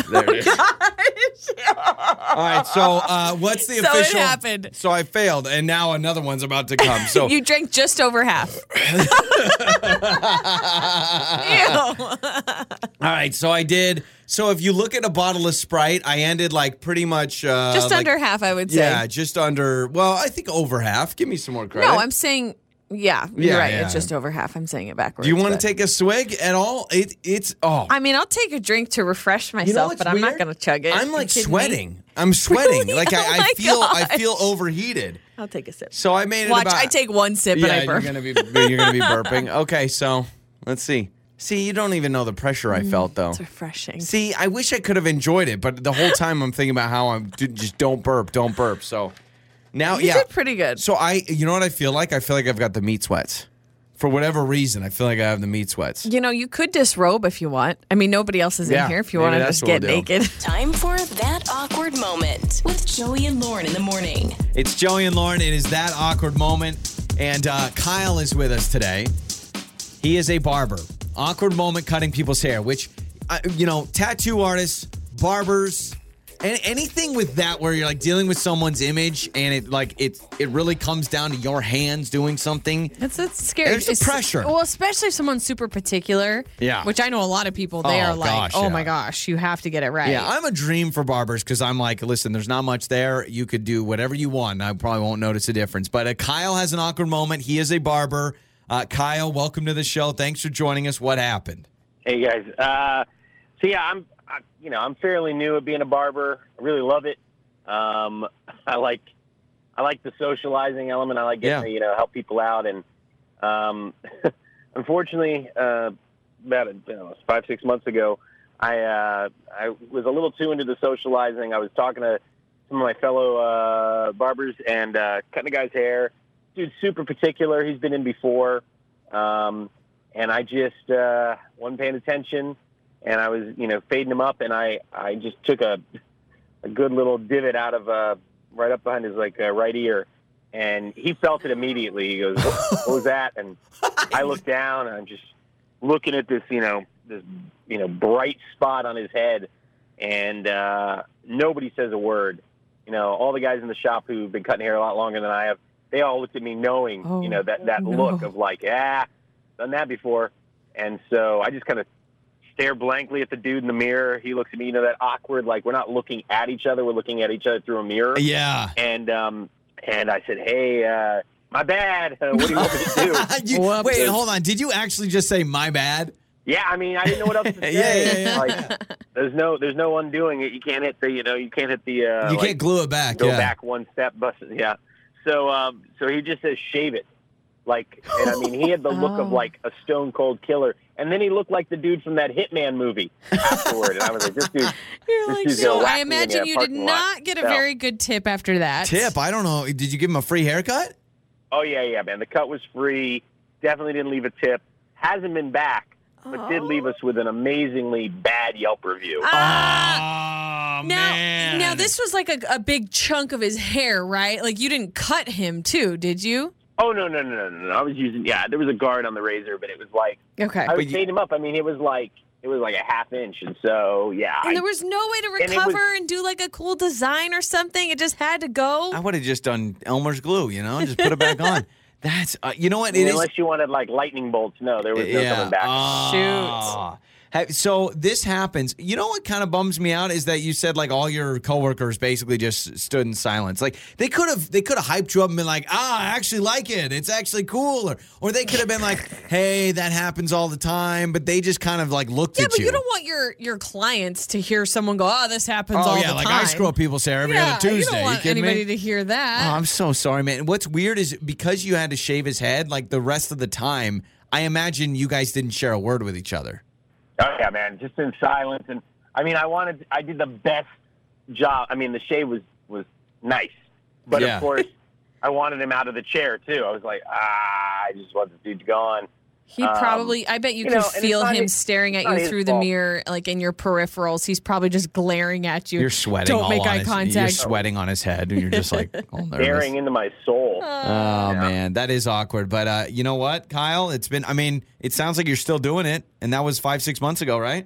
Speaker 2: There
Speaker 3: Oh,
Speaker 2: it is. All right, so uh, what's the
Speaker 3: <laughs> So it
Speaker 2: official?
Speaker 3: happened.
Speaker 2: So I failed, and now another one's about to come. So
Speaker 3: <laughs>
Speaker 2: <laughs>
Speaker 3: You drank just over half. <laughs>
Speaker 2: Uh,
Speaker 3: Ew.
Speaker 2: All right, so I did. So if you look at a bottle of Sprite, I ended like pretty much uh,
Speaker 3: Just
Speaker 2: like-
Speaker 3: under half, I would say.
Speaker 2: Yeah, just under. Well, I think over half. Give me some more credit.
Speaker 3: no, I'm saying, yeah, you're
Speaker 2: Yeah,
Speaker 3: right.
Speaker 2: yeah.
Speaker 3: It's just over half. I'm saying it backwards.
Speaker 2: Do you want
Speaker 3: but-
Speaker 2: to take a swig at all? It it's oh.
Speaker 3: I mean, I'll take a drink to refresh myself,
Speaker 2: You know what's
Speaker 3: but I'm not
Speaker 2: weird?
Speaker 3: going to chug it.
Speaker 2: I'm
Speaker 3: You
Speaker 2: like
Speaker 3: kidding me?
Speaker 2: sweating. I'm sweating.
Speaker 3: <laughs> Really?
Speaker 2: Like I,
Speaker 3: Oh
Speaker 2: I
Speaker 3: my
Speaker 2: feel I
Speaker 3: gosh.
Speaker 2: feel overheated.
Speaker 3: I'll take a sip.
Speaker 2: So I made it
Speaker 3: Watch,
Speaker 2: about
Speaker 3: I take one sip
Speaker 2: yeah,
Speaker 3: and I burp.
Speaker 2: You're gonna be you're
Speaker 3: <laughs>
Speaker 2: gonna be burping. Okay, so let's see. See, you don't even know the pressure
Speaker 3: Mm,
Speaker 2: I felt though.
Speaker 3: It's refreshing.
Speaker 2: See, I wish I could have enjoyed it, but the
Speaker 3: <laughs>
Speaker 2: whole time I'm thinking about how I'm d- just don't burp, don't burp. So now,
Speaker 3: You
Speaker 2: yeah,
Speaker 3: did pretty good.
Speaker 2: So I, you know what I feel like? I feel like I've got the meat sweats. For whatever reason, I feel like I have the meat sweats.
Speaker 3: You know, you could disrobe if you want. I mean, nobody else is
Speaker 2: Yeah,
Speaker 3: in here if you
Speaker 2: maybe
Speaker 3: want to
Speaker 2: that's
Speaker 3: just
Speaker 2: what
Speaker 3: get
Speaker 2: we'll do.
Speaker 3: naked.
Speaker 1: Time for that awkward moment with Joey and Lauren in the morning.
Speaker 2: It's Joey and Lauren. It is that awkward moment. And uh, Kyle is with us today. He is a barber. Awkward moment cutting people's hair, which, I, you know, tattoo artists, barbers, and anything with that where you're like dealing with someone's image and it like it it really comes down to your hands doing something.
Speaker 3: <laughs> It's, it's scary.
Speaker 2: There's the
Speaker 3: It's-
Speaker 2: pressure.
Speaker 3: Well, especially if someone's super particular.
Speaker 2: Yeah.
Speaker 3: Which I know a lot of people, they
Speaker 2: Oh,
Speaker 3: are like,
Speaker 2: gosh,
Speaker 3: oh
Speaker 2: yeah.
Speaker 3: my gosh, you have to get it right.
Speaker 2: Yeah, I'm a dream for barbers because I'm like, listen, there's not much there. You could do whatever you want. and I probably won't notice a difference. But uh, Kyle has an awkward moment. He is a barber. Uh, Kyle, welcome to the show. Thanks for joining us. What happened?
Speaker 7: Hey guys. Uh, so yeah, I'm I, you know I'm fairly new at being a barber. I really love it. Um, <laughs> I like I like the socializing element. I like getting
Speaker 2: Yeah.
Speaker 7: to you know help people out. And um, <laughs> unfortunately, uh, about I don't know, five six months ago, I uh, I was a little too into the socializing. I was talking to some of my fellow uh, barbers and uh, cutting a guy's hair. Dude's super particular. He's been in before. Um, and I just uh, wasn't paying attention, and I was you know fading him up, and I I just took a a good little divot out of uh, right up behind his like uh, right ear, and he felt it immediately. He goes, "What was that?"
Speaker 3: <laughs>
Speaker 7: And I look down, and I'm just looking at this you know this you know bright spot on his head, and uh, nobody says a word. You know, all the guys in the shop who've been cutting hair a lot longer than I have, they all looked at me knowing,
Speaker 3: Oh,
Speaker 7: you know, that that
Speaker 3: no.
Speaker 7: look of like, ah, done that before. And so I just kind of stare blankly at the dude in the mirror. He looks at me, you know, that awkward, like we're not looking at each other, we're looking at each other through a mirror.
Speaker 2: Yeah.
Speaker 7: And um, and I said, hey, uh, my bad. <laughs> Uh, what do you want me to do?
Speaker 2: <laughs> You-
Speaker 3: Whoops.
Speaker 2: wait, hold on. Did you actually just say my bad?
Speaker 7: yeah, I mean, I didn't know what else to
Speaker 2: <laughs>
Speaker 7: say.
Speaker 2: yeah, yeah,
Speaker 7: Like, there's no, there's no undoing it. You can't hit the, you know, you can't hit the. Uh,
Speaker 2: you
Speaker 7: like,
Speaker 2: can't glue it back.
Speaker 7: go
Speaker 2: yeah.
Speaker 7: back one step, bust it. Yeah. So, um, so he just says shave it, like, and I mean, he had the look of
Speaker 3: Oh.
Speaker 7: like a stone cold killer, and then he looked like the dude from that Hitman movie afterward, and I was like, this dude.
Speaker 3: You're
Speaker 7: This
Speaker 3: like,
Speaker 7: dude's gonna
Speaker 3: so
Speaker 7: whack
Speaker 3: I
Speaker 7: me in
Speaker 3: imagine
Speaker 7: that
Speaker 3: you did
Speaker 7: parking lot.
Speaker 3: not get a
Speaker 7: So-
Speaker 3: very good tip after that.
Speaker 2: Tip. I don't know. Did you give him a free haircut?
Speaker 7: Oh yeah, yeah, man. The cut was free. Definitely didn't leave a tip. Hasn't been back, but did leave us with an amazingly bad Yelp review.
Speaker 3: Ah!
Speaker 7: Uh,
Speaker 2: Oh,
Speaker 3: Now,
Speaker 2: man.
Speaker 3: now this was like a, a big chunk of his hair, right? Like you didn't cut him too, did you?
Speaker 7: oh no no no no no! I was using yeah. There was a guard on the razor, but it was like
Speaker 3: Okay.
Speaker 7: I was made him up. I mean, it was like it was like a half inch, and so yeah.
Speaker 3: and there was no way to
Speaker 7: and it was-
Speaker 3: recover and, do like a cool design or something. It just had to go.
Speaker 2: I would have just done Elmer's glue, you know, just put it
Speaker 7: <laughs>
Speaker 2: back on. That's, uh, you know what? It
Speaker 7: I mean,
Speaker 2: is.
Speaker 7: unless you wanted like lightning bolts, no, there was no coming back.
Speaker 2: Ah. Ha- So this happens. You know what kind of bums me out is that you said like all your coworkers basically just stood in silence. Like they could have they could have hyped you up and been like, ah, I actually like it. It's actually cool. Or or they could have been like, <laughs> hey, that happens all the time. But they just kind of like looked
Speaker 3: yeah,
Speaker 2: at
Speaker 3: but
Speaker 2: you.
Speaker 3: you. don't want your your clients to hear someone go, "Oh, this happens
Speaker 2: oh
Speaker 3: all
Speaker 2: yeah,
Speaker 3: the
Speaker 2: like
Speaker 3: time."
Speaker 2: I screw up people's hair every
Speaker 3: yeah,
Speaker 2: other Tuesday.
Speaker 3: You don't want
Speaker 2: kidding
Speaker 3: anybody
Speaker 2: me?
Speaker 3: to hear
Speaker 2: Oh,
Speaker 3: that.
Speaker 2: I'm so sorry, man. What's weird is because you had to shave his head, like the rest of the time, I imagine you guys didn't share a word with each other.
Speaker 7: Oh yeah, man, just in silence. And I mean, I wanted, I did the best job. I mean, the shave was was nice, but
Speaker 2: Yeah.
Speaker 7: of course, I wanted him out of the chair too. I was like, ah, I just want this dude gone.
Speaker 3: he
Speaker 7: um,
Speaker 3: probably. I bet you,
Speaker 7: you
Speaker 3: could
Speaker 7: know, and it's
Speaker 3: feel
Speaker 7: not
Speaker 3: him
Speaker 7: his-
Speaker 3: staring at
Speaker 7: it's not
Speaker 3: you
Speaker 7: his
Speaker 3: through the
Speaker 7: fault.
Speaker 3: mirror, like in your peripherals. He's probably just glaring at you.
Speaker 2: You're sweating.
Speaker 3: Don't
Speaker 2: all
Speaker 3: make
Speaker 2: on
Speaker 3: eye
Speaker 2: his-
Speaker 3: contact.
Speaker 2: You're sweating on his head, and you're just <laughs> like, all nervous.
Speaker 7: Staring into my soul.
Speaker 2: Oh man, that is awkward. But uh, you know what, Kyle? It's been. I mean, it sounds like you're still doing it, and that was five, six months ago, right?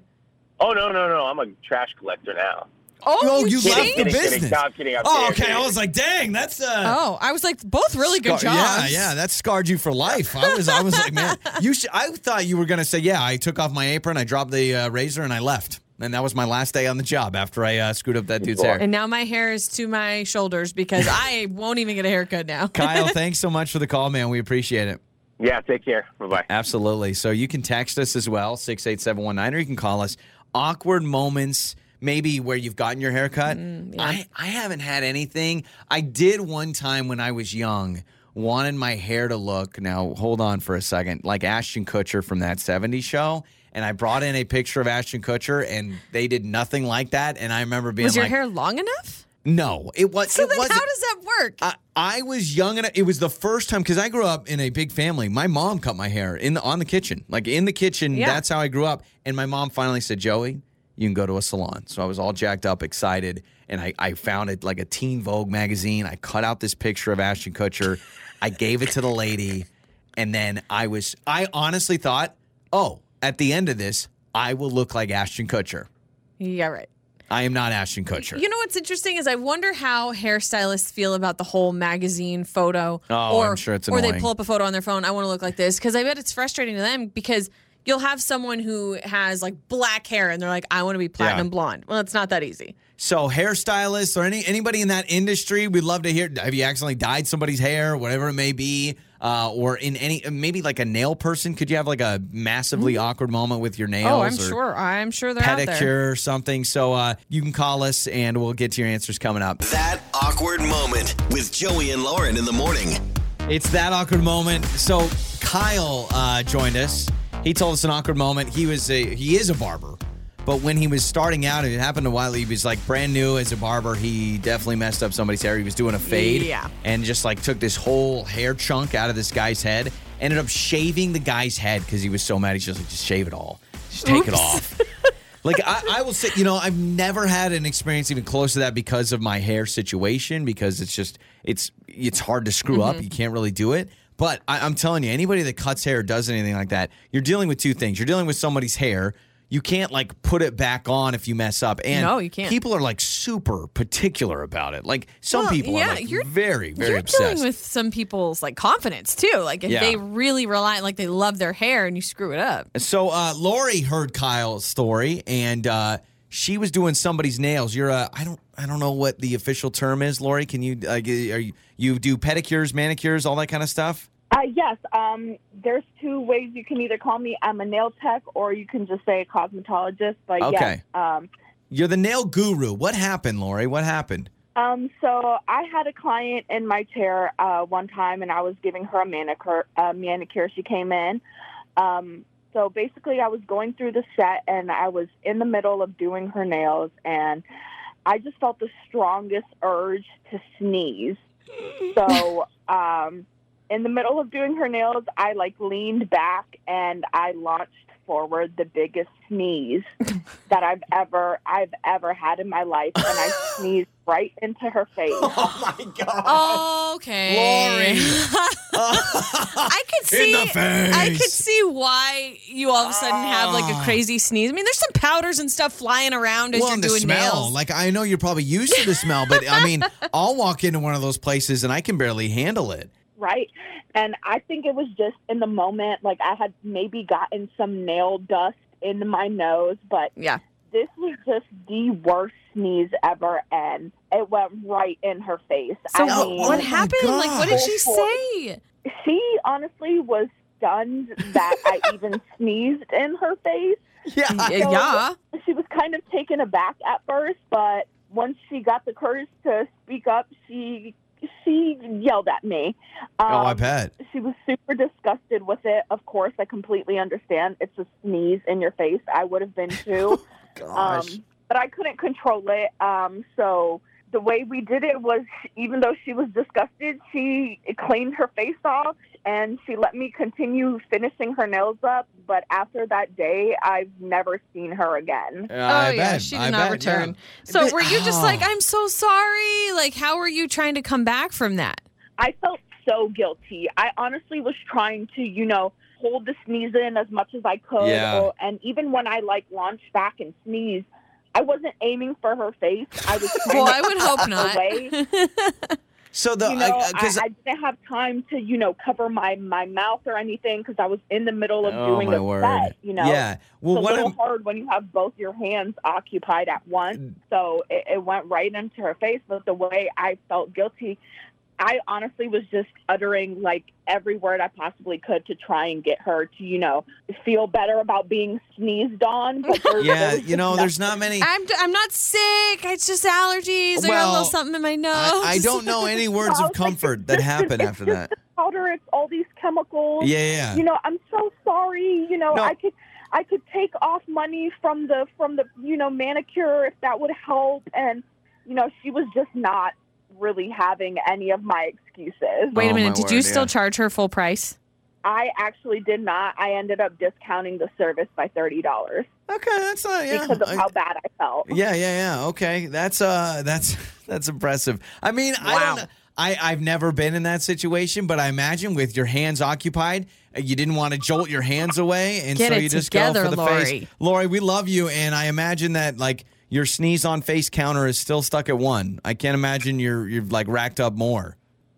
Speaker 7: oh no, no, no! I'm a trash collector now.
Speaker 3: Oh,
Speaker 2: Oh,
Speaker 3: you
Speaker 2: you left
Speaker 3: changed.
Speaker 2: the
Speaker 7: Kidding, kidding,
Speaker 2: business.
Speaker 7: no, I'm kidding, I'm
Speaker 2: oh,
Speaker 7: kidding.
Speaker 2: okay. I was like, dang, that's uh.
Speaker 3: Oh, I was like, both really good
Speaker 2: scar-
Speaker 3: jobs.
Speaker 2: Yeah, yeah, that scarred you for life. I was, I was like, man, you. Sh- I thought you were gonna say, yeah, I took off my apron, I dropped the uh, razor, and I left, and that was my last day on the job after I uh, screwed up that dude's hair.
Speaker 3: And now my hair is to my
Speaker 2: <laughs>
Speaker 3: shoulders because I won't even get a haircut now.
Speaker 2: Kyle, thanks so much for the call, man. We appreciate it.
Speaker 7: Yeah, take care. Bye bye.
Speaker 2: Absolutely. So you can text us as well, 68719, or you can call us. Awkward moments, maybe where you've gotten your haircut.
Speaker 3: Mm,
Speaker 2: I, I haven't had anything. I did one time when I was young, wanted my hair to look, now hold on for a second, like Ashton Kutcher from that 70s show. And I brought in a picture of Ashton Kutcher, and they did nothing like that. And I remember being
Speaker 3: Was your
Speaker 2: like,
Speaker 3: hair long enough?
Speaker 2: "No, it was."
Speaker 3: So
Speaker 2: it
Speaker 3: then,
Speaker 2: wasn't. Uh,
Speaker 3: how does that work?
Speaker 2: I, I was young and it was the first time because I grew up in a big family. My mom cut my hair in the on the kitchen, like in the kitchen.
Speaker 3: Yeah.
Speaker 2: That's how I grew up. And my mom finally said, "Joey, you can go to a salon." So I was all jacked up, excited, and I I found it like a Teen Vogue magazine. I cut out this picture of Ashton Kutcher. I gave it to the lady, and then I was I honestly thought, oh, at the end of this, I will look like Ashton Kutcher.
Speaker 3: yeah, right.
Speaker 2: I am not Ashton Kutcher.
Speaker 3: You know what's interesting is I wonder how hairstylists feel about the whole magazine photo.
Speaker 2: Oh,
Speaker 3: or,
Speaker 2: I'm sure it's
Speaker 3: Or they
Speaker 2: annoying.
Speaker 3: pull up a photo on their phone. I want to look like this because I bet it's frustrating to them because you'll have someone who has like black hair and they're like, I want to be platinum blonde. Well, it's not that easy.
Speaker 2: So hairstylists or any anybody in that industry, we'd love to hear. Have you accidentally dyed somebody's hair, whatever it may be, uh, or in any maybe like a nail person? Could you have like a massively awkward moment with your nails?
Speaker 3: Mm. Oh, I'm
Speaker 2: or
Speaker 3: sure. I'm sure they're out there.
Speaker 2: Pedicure or something. So uh, you can call us and we'll get to your answers coming up.
Speaker 5: That awkward moment with Joey and Lauren in the morning.
Speaker 2: It's that awkward moment. So Kyle uh, joined us. He told us an awkward moment. He was a he is a barber, but when he was starting out, it happened a while. He was like brand new as a barber. He definitely messed up somebody's hair. He was doing a fade,
Speaker 3: Yeah.
Speaker 2: and just like took this whole hair chunk out of this guy's head. Ended up shaving the guy's head because he was so mad. He's just like, just shave it all, just take it off. Like I, I will say, you know, I've never had an experience even close to that because of my hair situation. Because it's just it's it's hard to screw up.
Speaker 3: Mm-hmm.
Speaker 2: You can't really do it. But I, I'm telling you, anybody that cuts hair or does anything like that, you're dealing with two things. You're dealing with somebody's hair. You can't like put it back on if you mess up. And
Speaker 3: No, you can't.
Speaker 2: People are like super particular about it. Like some
Speaker 3: Well,
Speaker 2: people
Speaker 3: yeah,
Speaker 2: are like,
Speaker 3: you're-
Speaker 2: very very
Speaker 3: You're
Speaker 2: obsessed.
Speaker 3: dealing with some people's like confidence too. Like if
Speaker 2: Yeah.
Speaker 3: they really rely, like they love their hair, and you screw
Speaker 2: <laughs>
Speaker 3: it up.
Speaker 2: So uh, Lori heard Kyle's story, and uh, she was doing somebody's nails. You're a I don't I don't know what the official term is. Lori, can you uh, g- are you you do pedicures, manicures, all that kind of stuff?
Speaker 6: Uh, yes, um, there's two ways you can either call me I'm a nail tech or you can just say a cosmetologist. But yes, um,
Speaker 2: You're the nail guru. What happened, Lori? What happened?
Speaker 6: um, so I had a client in my chair uh, one time, and I was giving her a manicure. A manicure. She came in. Um, so basically, I was going through the set, and I was in the middle of doing her nails, and I just felt the strongest urge to sneeze. So um, in the middle of doing her nails, I like leaned back and I launched forward the biggest sneeze that I've ever I've ever had in my life,
Speaker 3: <laughs>
Speaker 6: and I sneezed right into her face.
Speaker 2: Oh my god. <laughs>
Speaker 3: Okay. <laughs> I could see.
Speaker 4: In the face.
Speaker 3: I could see why you all of a sudden have like a crazy sneeze. I mean, there's some powders and stuff flying around
Speaker 2: Ah.
Speaker 3: as
Speaker 2: well,
Speaker 3: you're
Speaker 2: and the
Speaker 3: doing
Speaker 2: smell.
Speaker 3: nails.
Speaker 2: Like I know you're probably used to the smell, but I
Speaker 6: <laughs>
Speaker 2: mean, I'll walk into one of those places and I can barely handle it.
Speaker 6: right? And I think it was just in the moment, like I had maybe gotten some nail dust in my nose, but
Speaker 3: yeah.
Speaker 6: this was just the worst sneeze ever, and it went right in her face.
Speaker 3: So
Speaker 6: I
Speaker 3: what,
Speaker 2: oh
Speaker 6: mean,
Speaker 3: what happened? Like, what did she
Speaker 6: God.
Speaker 3: say?
Speaker 6: she honestly was stunned that
Speaker 3: <laughs>
Speaker 6: I even sneezed in her face.
Speaker 2: <laughs> Yeah.
Speaker 3: Yeah, yeah.
Speaker 6: She was kind of taken aback at first, but once she got the courage to speak up, she she yelled at me.
Speaker 2: oh, I
Speaker 6: Um,
Speaker 2: bet.
Speaker 6: she was super disgusted with it. Of course, I completely understand. It's a sneeze in your face. I would have been too.
Speaker 2: Gosh.
Speaker 6: Um, but I couldn't control it. Um, so the way we did it was, even though she was disgusted, she cleaned her face off and she let me continue finishing her nails up. But after that day, I've never seen her again.
Speaker 2: oh
Speaker 3: oh yeah, she did not return. So
Speaker 2: But-
Speaker 3: were you just
Speaker 2: oh.
Speaker 3: like, I'm so sorry? Like, how were you trying to come back from that?
Speaker 6: I felt so guilty. I honestly was trying to, you know, hold the sneeze in as much as I could.
Speaker 2: Yeah.
Speaker 6: Or, and even when I like launched back and sneezed, I wasn't aiming for her face.
Speaker 3: <laughs>
Speaker 6: I was trying
Speaker 3: Well,
Speaker 6: to
Speaker 3: I would
Speaker 6: <laughs>
Speaker 3: hope not.
Speaker 6: away.
Speaker 2: So the uh,
Speaker 6: You know, I,
Speaker 2: because
Speaker 6: I didn't have time to, you know, cover my my mouth or anything because I was in the middle of
Speaker 2: oh
Speaker 6: doing
Speaker 2: my
Speaker 6: a
Speaker 2: word.
Speaker 6: set. You know,
Speaker 2: Yeah. Well,
Speaker 6: it's a
Speaker 2: what
Speaker 6: little
Speaker 2: I'm-
Speaker 6: hard when you have both your hands occupied at
Speaker 2: Mm.
Speaker 6: once. So it, it went right into her face. But the way I felt guilty, I honestly was just uttering like every word I possibly could to try and get her to, you know, feel better about being sneezed
Speaker 2: <laughs>
Speaker 6: on. But there-
Speaker 2: yeah,
Speaker 6: there was
Speaker 2: you know,
Speaker 6: <laughs> just
Speaker 2: there's not many. I,
Speaker 3: <laughs> I'm, I'm not sick. It's just allergies. I got a
Speaker 2: Well,
Speaker 3: little something in my nose.
Speaker 2: I
Speaker 3: <laughs>
Speaker 2: don't know any words
Speaker 6: <laughs> I
Speaker 2: of
Speaker 6: was like,
Speaker 2: comfort
Speaker 6: it's
Speaker 2: that
Speaker 6: just-
Speaker 2: happened
Speaker 6: it's
Speaker 2: after
Speaker 6: just <laughs>
Speaker 2: that.
Speaker 6: the powder, it's all these chemicals.
Speaker 2: Yeah, yeah,
Speaker 6: You
Speaker 2: yeah.
Speaker 6: know, I'm so sorry. You know,
Speaker 2: Uh. No.
Speaker 6: I could I could take off money from the from the you know manicure if that would help. And you know, she was just not really having any of my excuses.
Speaker 3: Wait
Speaker 2: Oh,
Speaker 3: a
Speaker 2: my
Speaker 3: minute. Did you
Speaker 2: word,
Speaker 3: still
Speaker 2: yeah.
Speaker 3: charge her full price?
Speaker 6: I actually did not. I ended up discounting the service by thirty dollars
Speaker 2: Okay, that's not yeah.
Speaker 6: because of
Speaker 2: I-
Speaker 6: how bad I felt.
Speaker 2: Yeah, yeah, yeah. Okay, that's uh, that's <laughs> that's impressive. I mean, I don't. I I've never been in that situation, but I imagine with your hands occupied, uh, you didn't want to jolt your hands away, and
Speaker 3: Get
Speaker 2: so
Speaker 3: it
Speaker 2: you just
Speaker 3: together,
Speaker 2: go for the face.
Speaker 3: Lori.
Speaker 2: Lori, we love you, and I imagine that like your sneeze on face counter is still stuck at one. I can't imagine you're you've like racked up more.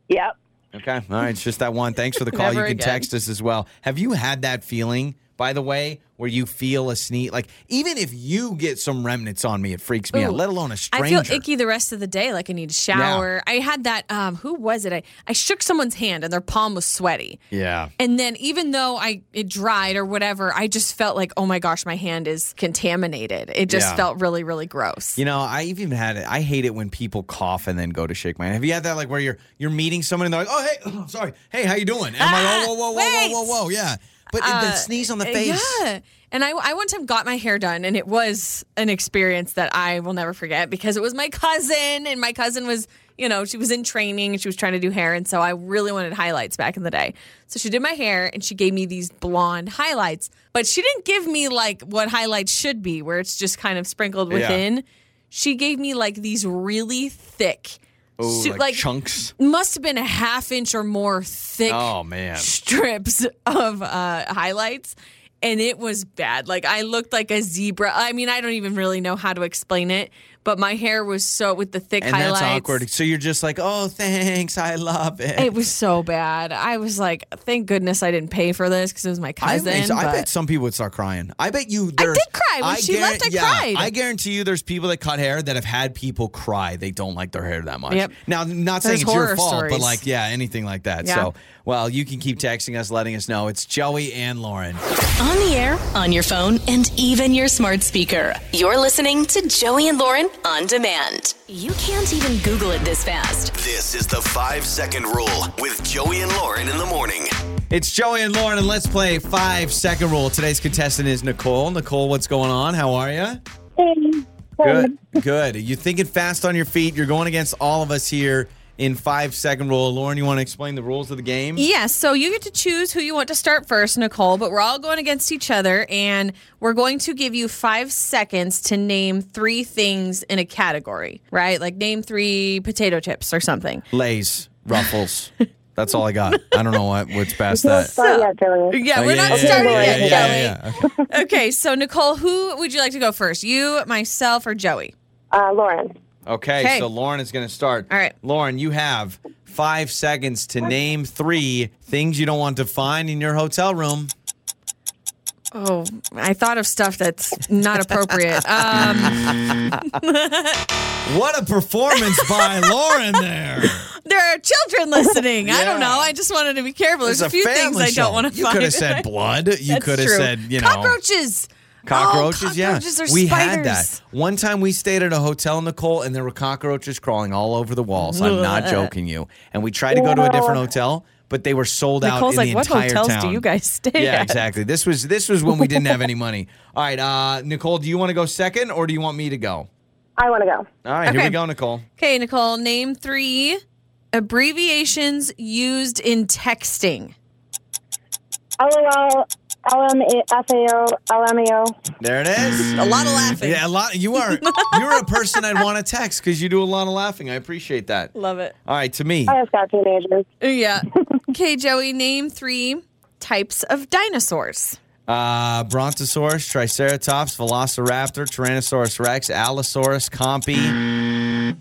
Speaker 6: Yep.
Speaker 2: Okay. All right. It's just that one. Thanks
Speaker 3: <laughs>
Speaker 2: for the call. you
Speaker 3: Never
Speaker 2: can
Speaker 3: again.
Speaker 2: text us as well. Have you had that feeling, by the way, where you feel a sneeze? Like, even if you get some remnants on me, it freaks me out,
Speaker 3: Ooh.
Speaker 2: let alone a
Speaker 3: I
Speaker 2: stranger.
Speaker 3: feel icky the rest of the day, like I need a shower. I had that. Um, who was it? I, I shook someone's hand and their palm was sweaty.
Speaker 2: Yeah.
Speaker 3: And then even though I it dried or whatever, I just felt like, oh my gosh, my hand is contaminated. It just
Speaker 2: Yeah.
Speaker 3: felt really, really gross.
Speaker 2: You know, I've even had it. I hate it when people cough and then go to shake my hand. Have you had that, like, where you're you're meeting someone and they're like, oh, hey, <clears throat> sorry. Hey, how you doing? And I'm like,
Speaker 3: Ah,
Speaker 2: oh, whoa, whoa, whoa,
Speaker 3: wait.
Speaker 2: whoa, whoa, whoa. Yeah. But it the
Speaker 3: Uh,
Speaker 2: sneeze on the
Speaker 3: Uh,
Speaker 2: face.
Speaker 3: Yeah. And I, I one time got my hair done, and it was an experience that I will never forget because it was my cousin, and my cousin was, you know, she was in training and she was trying to do hair. And so I really wanted highlights back in the day. So she did my hair and she gave me these blonde highlights, but she didn't give me like what highlights should be, where it's just kind of sprinkled within. She gave me like these really thick,
Speaker 2: Ooh,
Speaker 3: su-
Speaker 2: like, chunks.
Speaker 3: must have been a half inch or more thick
Speaker 2: Oh, man.
Speaker 3: strips of uh, highlights and it was bad like i looked like a zebra i mean i don't even really know how to explain it but my hair was so with the thick
Speaker 2: And
Speaker 3: highlights
Speaker 2: that's awkward. So you're just like, oh, thanks. I love it.
Speaker 3: it was so bad i was like thank goodness i didn't pay for this because it was my
Speaker 2: I,
Speaker 3: cousin
Speaker 2: bet- I
Speaker 3: but-
Speaker 2: bet some people would start crying. I bet you. There,
Speaker 3: did cry. When she left, I
Speaker 2: yeah,
Speaker 3: cried.
Speaker 2: I guarantee you, there's people that cut hair that have had people cry. They don't like their hair that much.
Speaker 3: Yep.
Speaker 2: Now, not saying
Speaker 3: There's
Speaker 2: it's your
Speaker 3: horror
Speaker 2: fault, but
Speaker 3: stories.
Speaker 2: like, yeah, anything like that.
Speaker 3: Yeah.
Speaker 2: So, well, you can keep texting us, letting us know. It's Joey and Lauren.
Speaker 1: On the air, on your phone, and even your smart speaker. You're listening to Joey and Lauren on demand. You can't even Google it this fast.
Speaker 5: This is the five second rule with Joey and Lauren in the morning.
Speaker 2: It's Joey and Lauren, and let's play five second rule. Today's contestant is Nicole. Nicole, what's going on? How are you? Good. Good. You thinking fast on your feet. You're going against all of us here in five second rule. Lauren, you want to explain the rules of the game?
Speaker 3: Yes, so you get to choose who you want to start first, Nicole, but we're all going against each other, and we're going to give you five seconds to name three things in a category, right? Like name three potato chips or something.
Speaker 2: Lays, ruffles. That's all I got. I don't know what what's past that.
Speaker 6: Let's start yet, Jillian.
Speaker 3: Yeah,
Speaker 2: Oh,
Speaker 3: we're
Speaker 2: yeah,
Speaker 3: not
Speaker 2: yeah,
Speaker 3: starting
Speaker 2: yeah,
Speaker 3: yet,
Speaker 2: yeah,
Speaker 3: Joey.
Speaker 2: yeah, yeah, yeah. Okay.
Speaker 3: Okay, so Nicole, who would you like to go first? You, myself, or Joey?
Speaker 6: Uh, Lauren.
Speaker 2: Okay,
Speaker 3: Okay.
Speaker 2: so Lauren is going to start.
Speaker 3: All right.
Speaker 2: Lauren, you have five seconds to name three things you don't want to find in your hotel room.
Speaker 3: Oh, I thought of stuff that's not <laughs> appropriate. Um,
Speaker 2: What a
Speaker 3: <laughs>
Speaker 2: performance by Lauren there.
Speaker 3: there are children listening. I don't know. I just wanted to be careful. There's
Speaker 2: It's
Speaker 3: a few things
Speaker 2: family
Speaker 3: I
Speaker 2: show.
Speaker 3: don't want to
Speaker 2: You
Speaker 3: find.
Speaker 2: could have
Speaker 3: <laughs>
Speaker 2: said blood. You
Speaker 3: That's
Speaker 2: could have
Speaker 3: true.
Speaker 2: said, you know,
Speaker 3: cockroaches.
Speaker 2: cockroaches.
Speaker 3: Oh,
Speaker 2: yeah,
Speaker 3: cockroaches are
Speaker 2: we
Speaker 3: spiders.
Speaker 2: had that one time. We stayed at a hotel, Nicole, and there were cockroaches crawling all over the walls. I'm not
Speaker 3: <laughs> Ugh.
Speaker 2: joking you. And we tried to go to a different hotel, but they were sold out
Speaker 3: Nicole's
Speaker 2: in
Speaker 3: like,
Speaker 2: the
Speaker 3: what
Speaker 2: entire
Speaker 3: hotels
Speaker 2: town.
Speaker 3: do you guys stay
Speaker 2: Yeah,
Speaker 3: at?
Speaker 2: exactly. This was this was when we didn't have
Speaker 3: <laughs>
Speaker 2: any money. All right, uh, Nicole, do you want to go second or do you want me to go?
Speaker 6: I want to go.
Speaker 2: All right, here
Speaker 3: Okay.
Speaker 2: we go, Nicole.
Speaker 3: Okay, Nicole, name three abbreviations used in texting.
Speaker 6: LOL, LMFAO, LMAO.
Speaker 2: There it is.
Speaker 3: A lot of laughing.
Speaker 2: Yeah, a lot. You are you're a person I'd want to text because you do a lot of laughing. I appreciate that.
Speaker 3: Love Oh, it.
Speaker 2: All right, to me.
Speaker 6: I just got teenagers.
Speaker 3: Yeah. Okay, Joey, name three types of dinosaurs.
Speaker 2: Uh, Brontosaurus, Triceratops, Velociraptor, Tyrannosaurus Rex, Allosaurus, Compy.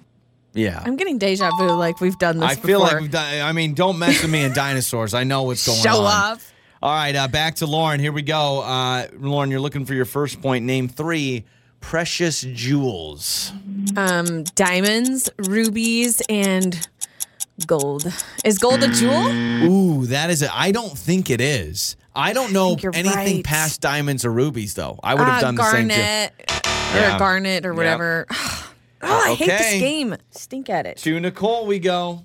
Speaker 2: Yeah.
Speaker 3: I'm getting deja vu like we've done this
Speaker 2: I feel
Speaker 3: before.
Speaker 2: like, we've done- I mean, don't mess with me and dinosaurs. I know what's going
Speaker 3: Show
Speaker 2: on.
Speaker 3: off.
Speaker 2: All right, uh, back to Lauren. Here we go. Uh, Lauren, you're looking for your first point. Name three precious jewels.
Speaker 3: Um, diamonds, rubies, and gold. Is gold a jewel?
Speaker 2: Ooh, that is it. I don't think it is. I don't know
Speaker 3: think you're
Speaker 2: anything
Speaker 3: right.
Speaker 2: past diamonds or rubies, though. I would have
Speaker 3: Ah,
Speaker 2: done the
Speaker 3: garnet
Speaker 2: same too.
Speaker 3: or
Speaker 2: Yeah.
Speaker 3: garnet or whatever. <sighs> Oh, I hate
Speaker 2: Okay.
Speaker 3: this game. Stink at it.
Speaker 2: To Nicole, we go.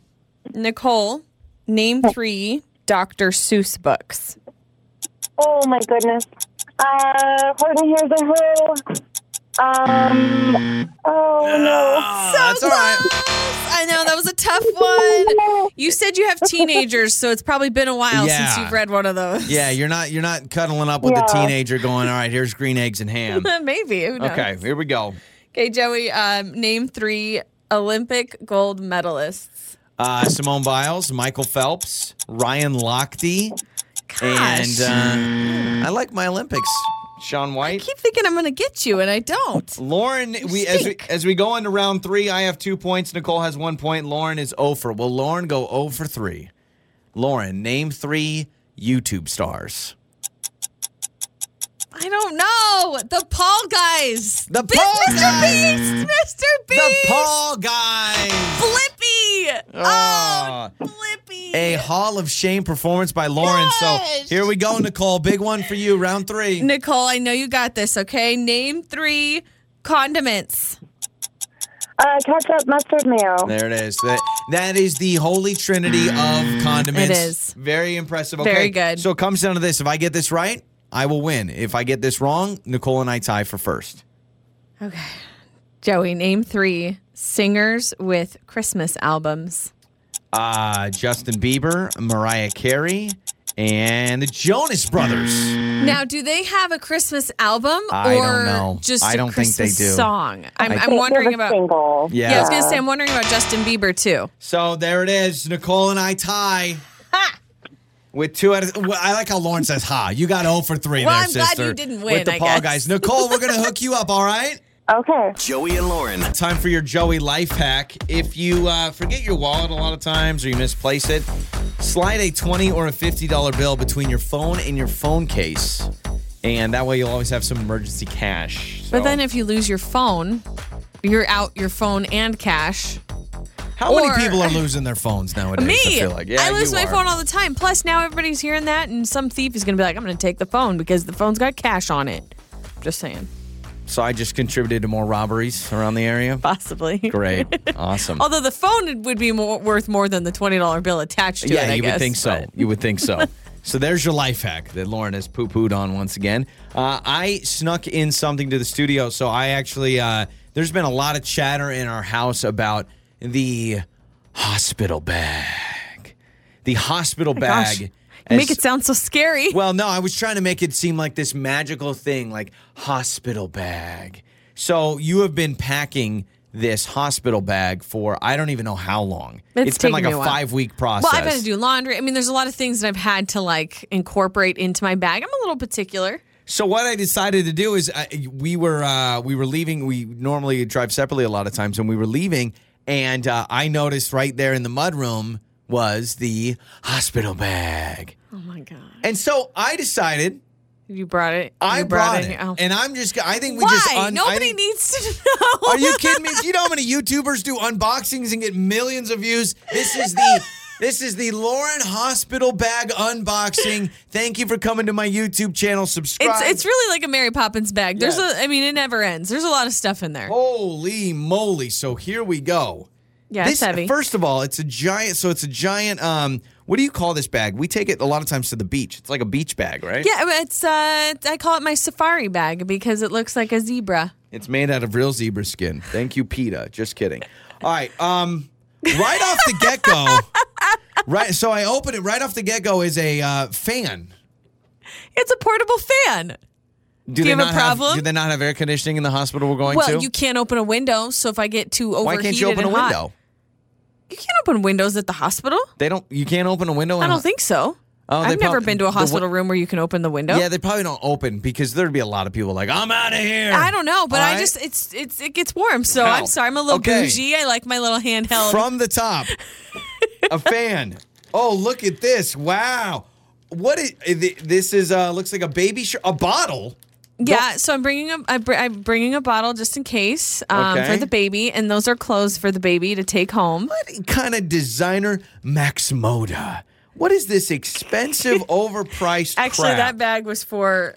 Speaker 3: Nicole, name three Dr. Seuss books.
Speaker 6: Oh my goodness. Uh, Horton Hears a Who. Um, oh no.
Speaker 2: Oh, that's all right.
Speaker 3: I know that was a tough one. You said you have teenagers, so it's probably been a while since
Speaker 2: Yeah.
Speaker 3: you've read one of those.
Speaker 2: Yeah, you're not you're not cuddling up with a
Speaker 6: Yeah.
Speaker 2: teenager going, all right, here's green eggs and
Speaker 3: <laughs>
Speaker 2: ham.
Speaker 3: <laughs> maybe. Who knows?
Speaker 2: Okay, here we go.
Speaker 3: Okay, Joey. Um, name three Olympic gold medalists.
Speaker 2: Uh, Simone Biles, Michael Phelps, Ryan Lochte,
Speaker 3: Gosh.
Speaker 2: and uh, I like my Olympics. Sean
Speaker 3: I
Speaker 2: White.
Speaker 3: keep thinking I'm going to get you, and I don't.
Speaker 2: Lauren, we as, we as we go into round three, I have two points. Nicole has one point. Lauren is 0 for. Will Lauren go 0 for 3? Lauren, name three YouTube stars.
Speaker 3: I don't know. The Paul guys.
Speaker 2: The
Speaker 3: Big
Speaker 2: Paul
Speaker 3: Mr.
Speaker 2: guys.
Speaker 3: Beast. Mr. Beast.
Speaker 2: The Paul Guys.
Speaker 3: Blippi.
Speaker 2: Oh.
Speaker 3: Oh, Blippi.
Speaker 2: A Hall of Shame performance by Lauren. So
Speaker 3: Yes.
Speaker 2: here we go, Nicole. Big one for you. Round three.
Speaker 3: Nicole, I know you got this, okay? Name three condiments.
Speaker 6: Uh, ketchup, mustard, mayo.
Speaker 2: There it is. That that is the holy trinity of condiments.
Speaker 3: It is.
Speaker 2: very impressive. Okay.
Speaker 3: Very good.
Speaker 2: So it comes down to this: if I get this right, I will win. If I get this wrong, Nicole and I tie for first.
Speaker 3: Okay. Joey, name three singers with Christmas albums.
Speaker 2: Uh, Justin Bieber, Mariah Carey, and the Jonas Brothers.
Speaker 3: Now, do they have a Christmas album or
Speaker 2: I don't know.
Speaker 3: just
Speaker 2: I
Speaker 3: a
Speaker 2: don't think they
Speaker 3: Christmas
Speaker 2: do.
Speaker 3: song? I'm, I'm
Speaker 6: They
Speaker 3: wondering
Speaker 6: have a
Speaker 3: about.
Speaker 6: Single.
Speaker 2: Yeah.
Speaker 3: Yeah, I was gonna say I'm wondering about Justin Bieber too.
Speaker 2: So there it is. Nicole and I tie. With two out of, well, I like how Lauren says "ha." You got 0 for three
Speaker 3: Well,
Speaker 2: there,
Speaker 3: I'm glad
Speaker 2: sister.
Speaker 3: you didn't
Speaker 2: With
Speaker 3: win,
Speaker 2: the
Speaker 3: I
Speaker 2: Paul
Speaker 3: guess.
Speaker 2: guys, Nicole, we're gonna hook you up. All right.
Speaker 6: Okay.
Speaker 5: Joey and Lauren.
Speaker 2: Time for your Joey life hack. If you uh, forget your wallet a lot of times or you misplace it, slide a 20 or a $50 bill between your phone and your phone case. And that way you'll always have some emergency cash. So-
Speaker 3: But then if you lose your phone, you're out your phone and cash.
Speaker 2: how
Speaker 3: or-
Speaker 2: many
Speaker 3: <laughs>
Speaker 2: people are losing their phones nowadays?
Speaker 3: Me,
Speaker 2: I feel like. Yeah,
Speaker 3: I lose
Speaker 2: you
Speaker 3: my
Speaker 2: are.
Speaker 3: phone all the time. Plus, now everybody's hearing that, and some thief is gonna be like, "I'm gonna take the phone because the phone's got cash on it." Just saying, <laughs>
Speaker 2: So I just contributed to more robberies around the area.
Speaker 3: possibly. <laughs>
Speaker 2: Great. Awesome.
Speaker 3: Although the phone would be more, worth more than the twenty dollar bill attached to
Speaker 2: yeah,
Speaker 3: it. I
Speaker 2: you would
Speaker 3: guess,
Speaker 2: think so.
Speaker 3: but-
Speaker 2: You would think
Speaker 3: <laughs>
Speaker 2: so. so there's your life hack that Lauren has poo pooed on once again. Uh, I snuck in something to the studio, so I actually uh, there's been a lot of chatter in our house about the hospital bag. The hospital
Speaker 3: Oh gosh.
Speaker 2: bag.
Speaker 3: You make
Speaker 2: as-
Speaker 3: it sound so scary.
Speaker 2: well, no, I was trying to make it seem like this magical thing, like hospital bag. So you have been packing this hospital bag for I don't even know how long.
Speaker 3: It's
Speaker 2: been
Speaker 3: taken
Speaker 2: like
Speaker 3: me
Speaker 2: a,
Speaker 3: a while.
Speaker 2: five week process.
Speaker 3: Well, I've had to do laundry. I mean, there's a lot of things that I've had to like incorporate into my bag. I'm a little particular.
Speaker 2: So what I decided to do is I, we were uh, we were leaving. We normally drive separately a lot of times, and we were leaving, and uh, I noticed right there in the mudroom was the hospital bag,
Speaker 3: Oh my god!
Speaker 2: and so I decided
Speaker 3: You brought it.
Speaker 2: I
Speaker 3: You
Speaker 2: brought it,
Speaker 3: Oh.
Speaker 2: and I'm just I think we
Speaker 3: Why?
Speaker 2: just un- I
Speaker 3: Nobody
Speaker 2: think-
Speaker 3: needs to <laughs> know.
Speaker 2: Are you kidding me? Do you know how many YouTubers do unboxings and get millions of views? This is the this is the Lauren Hospital Bag unboxing. Thank you for coming to my YouTube channel. Subscribe.
Speaker 3: It's it's really like a Mary Poppins bag. There's a. I mean, it never ends. There's a lot of stuff in there.
Speaker 2: Holy moly. So here we go.
Speaker 3: yeah,
Speaker 2: this,
Speaker 3: it's heavy.
Speaker 2: First of all, it's a giant so it's a giant um what do you call this bag? We take it a lot of times to the beach. It's like a beach bag, right?
Speaker 3: yeah, it's. Uh, I call it my safari bag because it looks like a zebra.
Speaker 2: It's made out of real zebra skin. Thank you, PETA. Just kidding. All right. Um, right off the get
Speaker 3: <laughs>
Speaker 2: go, right. So I open it right off the get go is a uh, fan.
Speaker 3: It's a portable fan.
Speaker 2: Do,
Speaker 3: you have a
Speaker 2: not
Speaker 3: problem?
Speaker 2: do they not have air conditioning in the hospital we're going
Speaker 3: Well,
Speaker 2: to?
Speaker 3: you can't open a window, so if I get too overheated
Speaker 2: Why can't you open a
Speaker 3: and hot-
Speaker 2: window?
Speaker 3: you can't open windows at the hospital.
Speaker 2: They don't. You can't open a window.
Speaker 3: I
Speaker 2: in a-
Speaker 3: don't think so.
Speaker 2: Uh-huh. Oh, they
Speaker 3: I've never
Speaker 2: prob-
Speaker 3: been to
Speaker 2: the
Speaker 3: a
Speaker 2: wi-
Speaker 3: hospital room where you can open the window.
Speaker 2: Yeah, they probably don't open because there'd be a lot of people like I'm out of here.
Speaker 3: I don't know, but
Speaker 2: All
Speaker 3: I
Speaker 2: right?
Speaker 3: just it's it's it gets warm, so
Speaker 2: How?
Speaker 3: I'm sorry. I'm a little
Speaker 2: Okay.
Speaker 3: bougie. I like my little handheld.
Speaker 2: from the top.
Speaker 3: <laughs>
Speaker 2: a fan. Oh, look at this! Wow, what is eh, this? Is uh looks like a baby sh- a bottle.
Speaker 3: yeah, so I'm bringing a I br- I'm bringing a bottle just in case um,
Speaker 2: Okay.
Speaker 3: for the baby, and those are clothes for the baby to take home.
Speaker 2: What kind of designer Max Moda? What is this
Speaker 3: <laughs>
Speaker 2: expensive, overpriced?
Speaker 3: Actually,
Speaker 2: crap?
Speaker 3: that bag was for.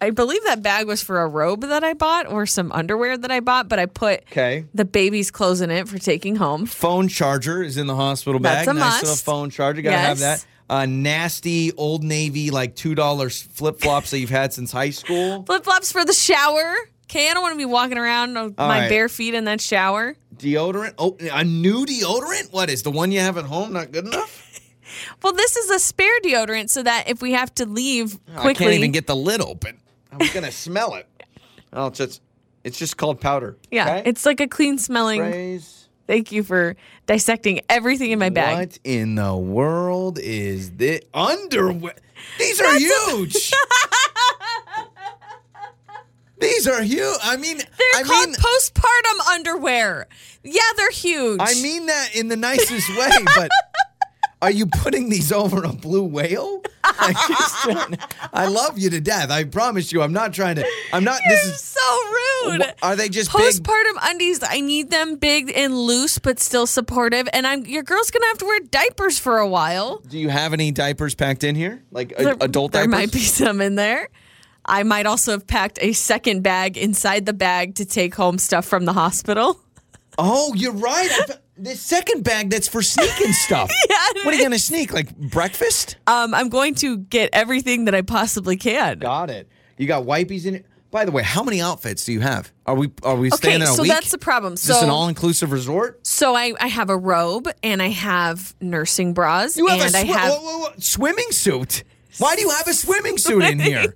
Speaker 3: I believe that bag was for a robe that I bought or some underwear that I bought, but I put
Speaker 2: Okay.
Speaker 3: the baby's clothes in it for taking home.
Speaker 2: phone charger is in the hospital bag.
Speaker 3: That's a
Speaker 2: nice little
Speaker 3: must.
Speaker 2: phone charger. Gotta have
Speaker 3: Yes.
Speaker 2: that. Uh, nasty old navy like two dollars flip flops that you've had since high school.
Speaker 3: Flip flops for the shower. Okay, I don't want to be walking around on
Speaker 2: All
Speaker 3: my
Speaker 2: right.
Speaker 3: bare feet in that shower.
Speaker 2: Deodorant. Oh, a new deodorant. What is the one you have at home? Not good enough.
Speaker 3: Well, this is a spare deodorant so that if we have to leave quickly,
Speaker 2: I can't even get the lid open. I was gonna smell it. Oh, it's just it's just called powder.
Speaker 3: yeah,
Speaker 2: Okay?
Speaker 3: it's like a clean smelling.
Speaker 2: Sprays.
Speaker 3: Thank you for dissecting everything in my bag.
Speaker 2: What in the world is this? Underwear. These are
Speaker 3: <laughs>
Speaker 2: huge. These are huge. I mean,
Speaker 3: They're
Speaker 2: I
Speaker 3: called
Speaker 2: mean,
Speaker 3: postpartum underwear. Yeah, they're huge.
Speaker 2: I mean that in the nicest way,
Speaker 3: <laughs>
Speaker 2: but are you putting these over a blue whale? <laughs> I, just don't- I love you to death. I promise you. I'm not trying to. I'm not. this
Speaker 3: You're
Speaker 2: is.
Speaker 3: so rude.
Speaker 2: Wha- Are they just uh, big?
Speaker 3: Postpartum undies, I need them big and loose, but still supportive. And I'm your girl's gonna have to wear diapers for a while.
Speaker 2: Do you have any diapers packed in here, like a-
Speaker 3: There-
Speaker 2: adult
Speaker 3: there
Speaker 2: diapers?
Speaker 3: might be some in there. I might also have packed a second bag inside the bag to take home stuff from the hospital. <laughs>
Speaker 2: Oh, you're right. I fe- the second bag that's for sneaking
Speaker 3: <laughs>
Speaker 2: stuff.
Speaker 3: Yeah, it
Speaker 2: What are you gonna sneak? Like breakfast?
Speaker 3: Um, I'm going to get everything that I possibly can.
Speaker 2: Got it. You got wipies in it. By the way, how many outfits do you have? Are we are we staying
Speaker 3: Okay,
Speaker 2: there a
Speaker 3: so
Speaker 2: week?
Speaker 3: that's the problem.
Speaker 2: Is this an
Speaker 3: So-
Speaker 2: all inclusive resort?
Speaker 3: So I, I have a robe and I have nursing bras
Speaker 2: You have
Speaker 3: and
Speaker 2: a
Speaker 3: I
Speaker 2: swi-
Speaker 3: have
Speaker 2: whoa, whoa, whoa, swimming suit. Why do you have a swimming suit in <laughs> here?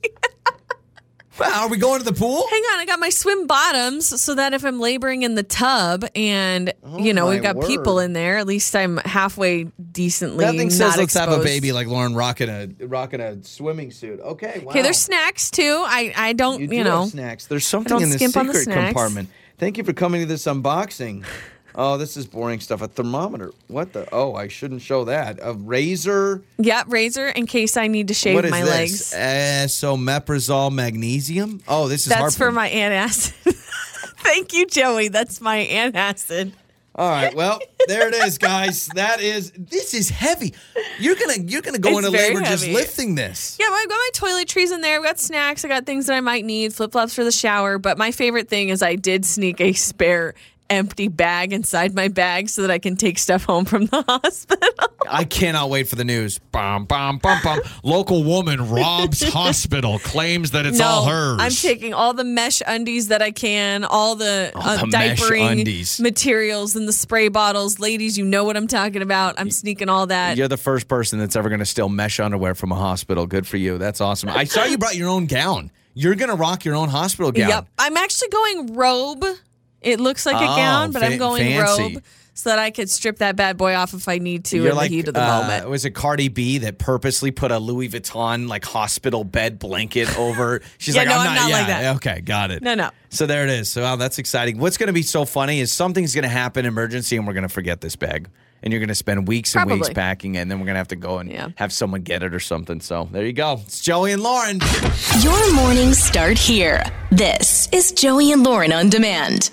Speaker 2: Well, are we going to the pool?
Speaker 3: Hang on, I got my swim bottoms so that if I'm laboring in the tub and you know
Speaker 2: Oh my
Speaker 3: we've got
Speaker 2: word.
Speaker 3: people in there, at least I'm halfway decently.
Speaker 2: Nothing says
Speaker 3: not
Speaker 2: let's have a
Speaker 3: exposed.
Speaker 2: baby like Lauren rocking a rocking a swimming suit. Okay, wow.
Speaker 3: Okay, there's snacks too. I I don't
Speaker 2: You do
Speaker 3: you, know
Speaker 2: have snacks. There's something
Speaker 3: don't
Speaker 2: in the
Speaker 3: skimp on the
Speaker 2: secret
Speaker 3: snacks.
Speaker 2: compartment. Thank you for coming to this
Speaker 3: <laughs>
Speaker 2: unboxing. Oh, this is boring stuff. A thermometer. What the? Oh, I shouldn't show that. A razor.
Speaker 3: yeah razor in case I need to shave
Speaker 2: what is
Speaker 3: my
Speaker 2: this?
Speaker 3: legs.
Speaker 2: Uh, so meprazole magnesium. Oh, this is
Speaker 3: That's for
Speaker 2: heartburn.
Speaker 3: my antacid. <laughs> Thank you, Joey. That's my antacid.
Speaker 2: All right,
Speaker 3: <laughs>
Speaker 2: well, there it is, guys. That is this is heavy. You're gonna you're gonna go
Speaker 3: It's
Speaker 2: into
Speaker 3: very
Speaker 2: labor just
Speaker 3: heavy.
Speaker 2: lifting this.
Speaker 3: Yeah, well, I've got my toiletries in there. I've got snacks. I got things that I might need, flip flops for the shower. But my favorite thing is I did sneak a spare empty bag inside my bag so that I can take stuff home from the <laughs> hospital.
Speaker 2: I cannot wait for the news. Bum, bum, bum,
Speaker 3: <laughs>
Speaker 2: bum. Local woman robs hospital, claims that it's all hers.
Speaker 3: I'm taking all the mesh undies that I can, all the, uh,
Speaker 2: the mesh
Speaker 3: diapering
Speaker 2: undies.
Speaker 3: materials and the spray bottles. Ladies, you know what I'm talking about. I'm sneaking all that.
Speaker 2: You're the first person that's ever going to steal mesh underwear from a hospital. Good for you. That's awesome. I saw you brought your own gown. You're going to rock your own hospital gown.
Speaker 3: Yep. I'm actually going robe. It looks like
Speaker 2: Oh,
Speaker 3: a gown, but
Speaker 2: fa-
Speaker 3: I'm going
Speaker 2: fancy.
Speaker 3: robe so that I could strip that bad boy off if I need to in the heat of the
Speaker 2: uh,
Speaker 3: moment.
Speaker 2: Was it Cardi B that purposely put a Louis Vuitton like hospital bed blanket
Speaker 3: <laughs>
Speaker 2: over? She's
Speaker 3: Yeah,
Speaker 2: like,
Speaker 3: no,
Speaker 2: I'm, not,
Speaker 3: I'm not
Speaker 2: yeah,
Speaker 3: like that.
Speaker 2: Okay, got it.
Speaker 3: No, no.
Speaker 2: So there it is. So wow, that's exciting. What's going to be so funny is something's going to happen emergency, and we're going to forget this bag, and you're going to spend weeks and weeks
Speaker 3: Probably.
Speaker 2: packing, it, and then we're going to have to go and
Speaker 3: Yeah.
Speaker 2: have someone get it or something. So there you go. It's Joey and Lauren.
Speaker 1: Your mornings start here. This is Joey and Lauren on demand.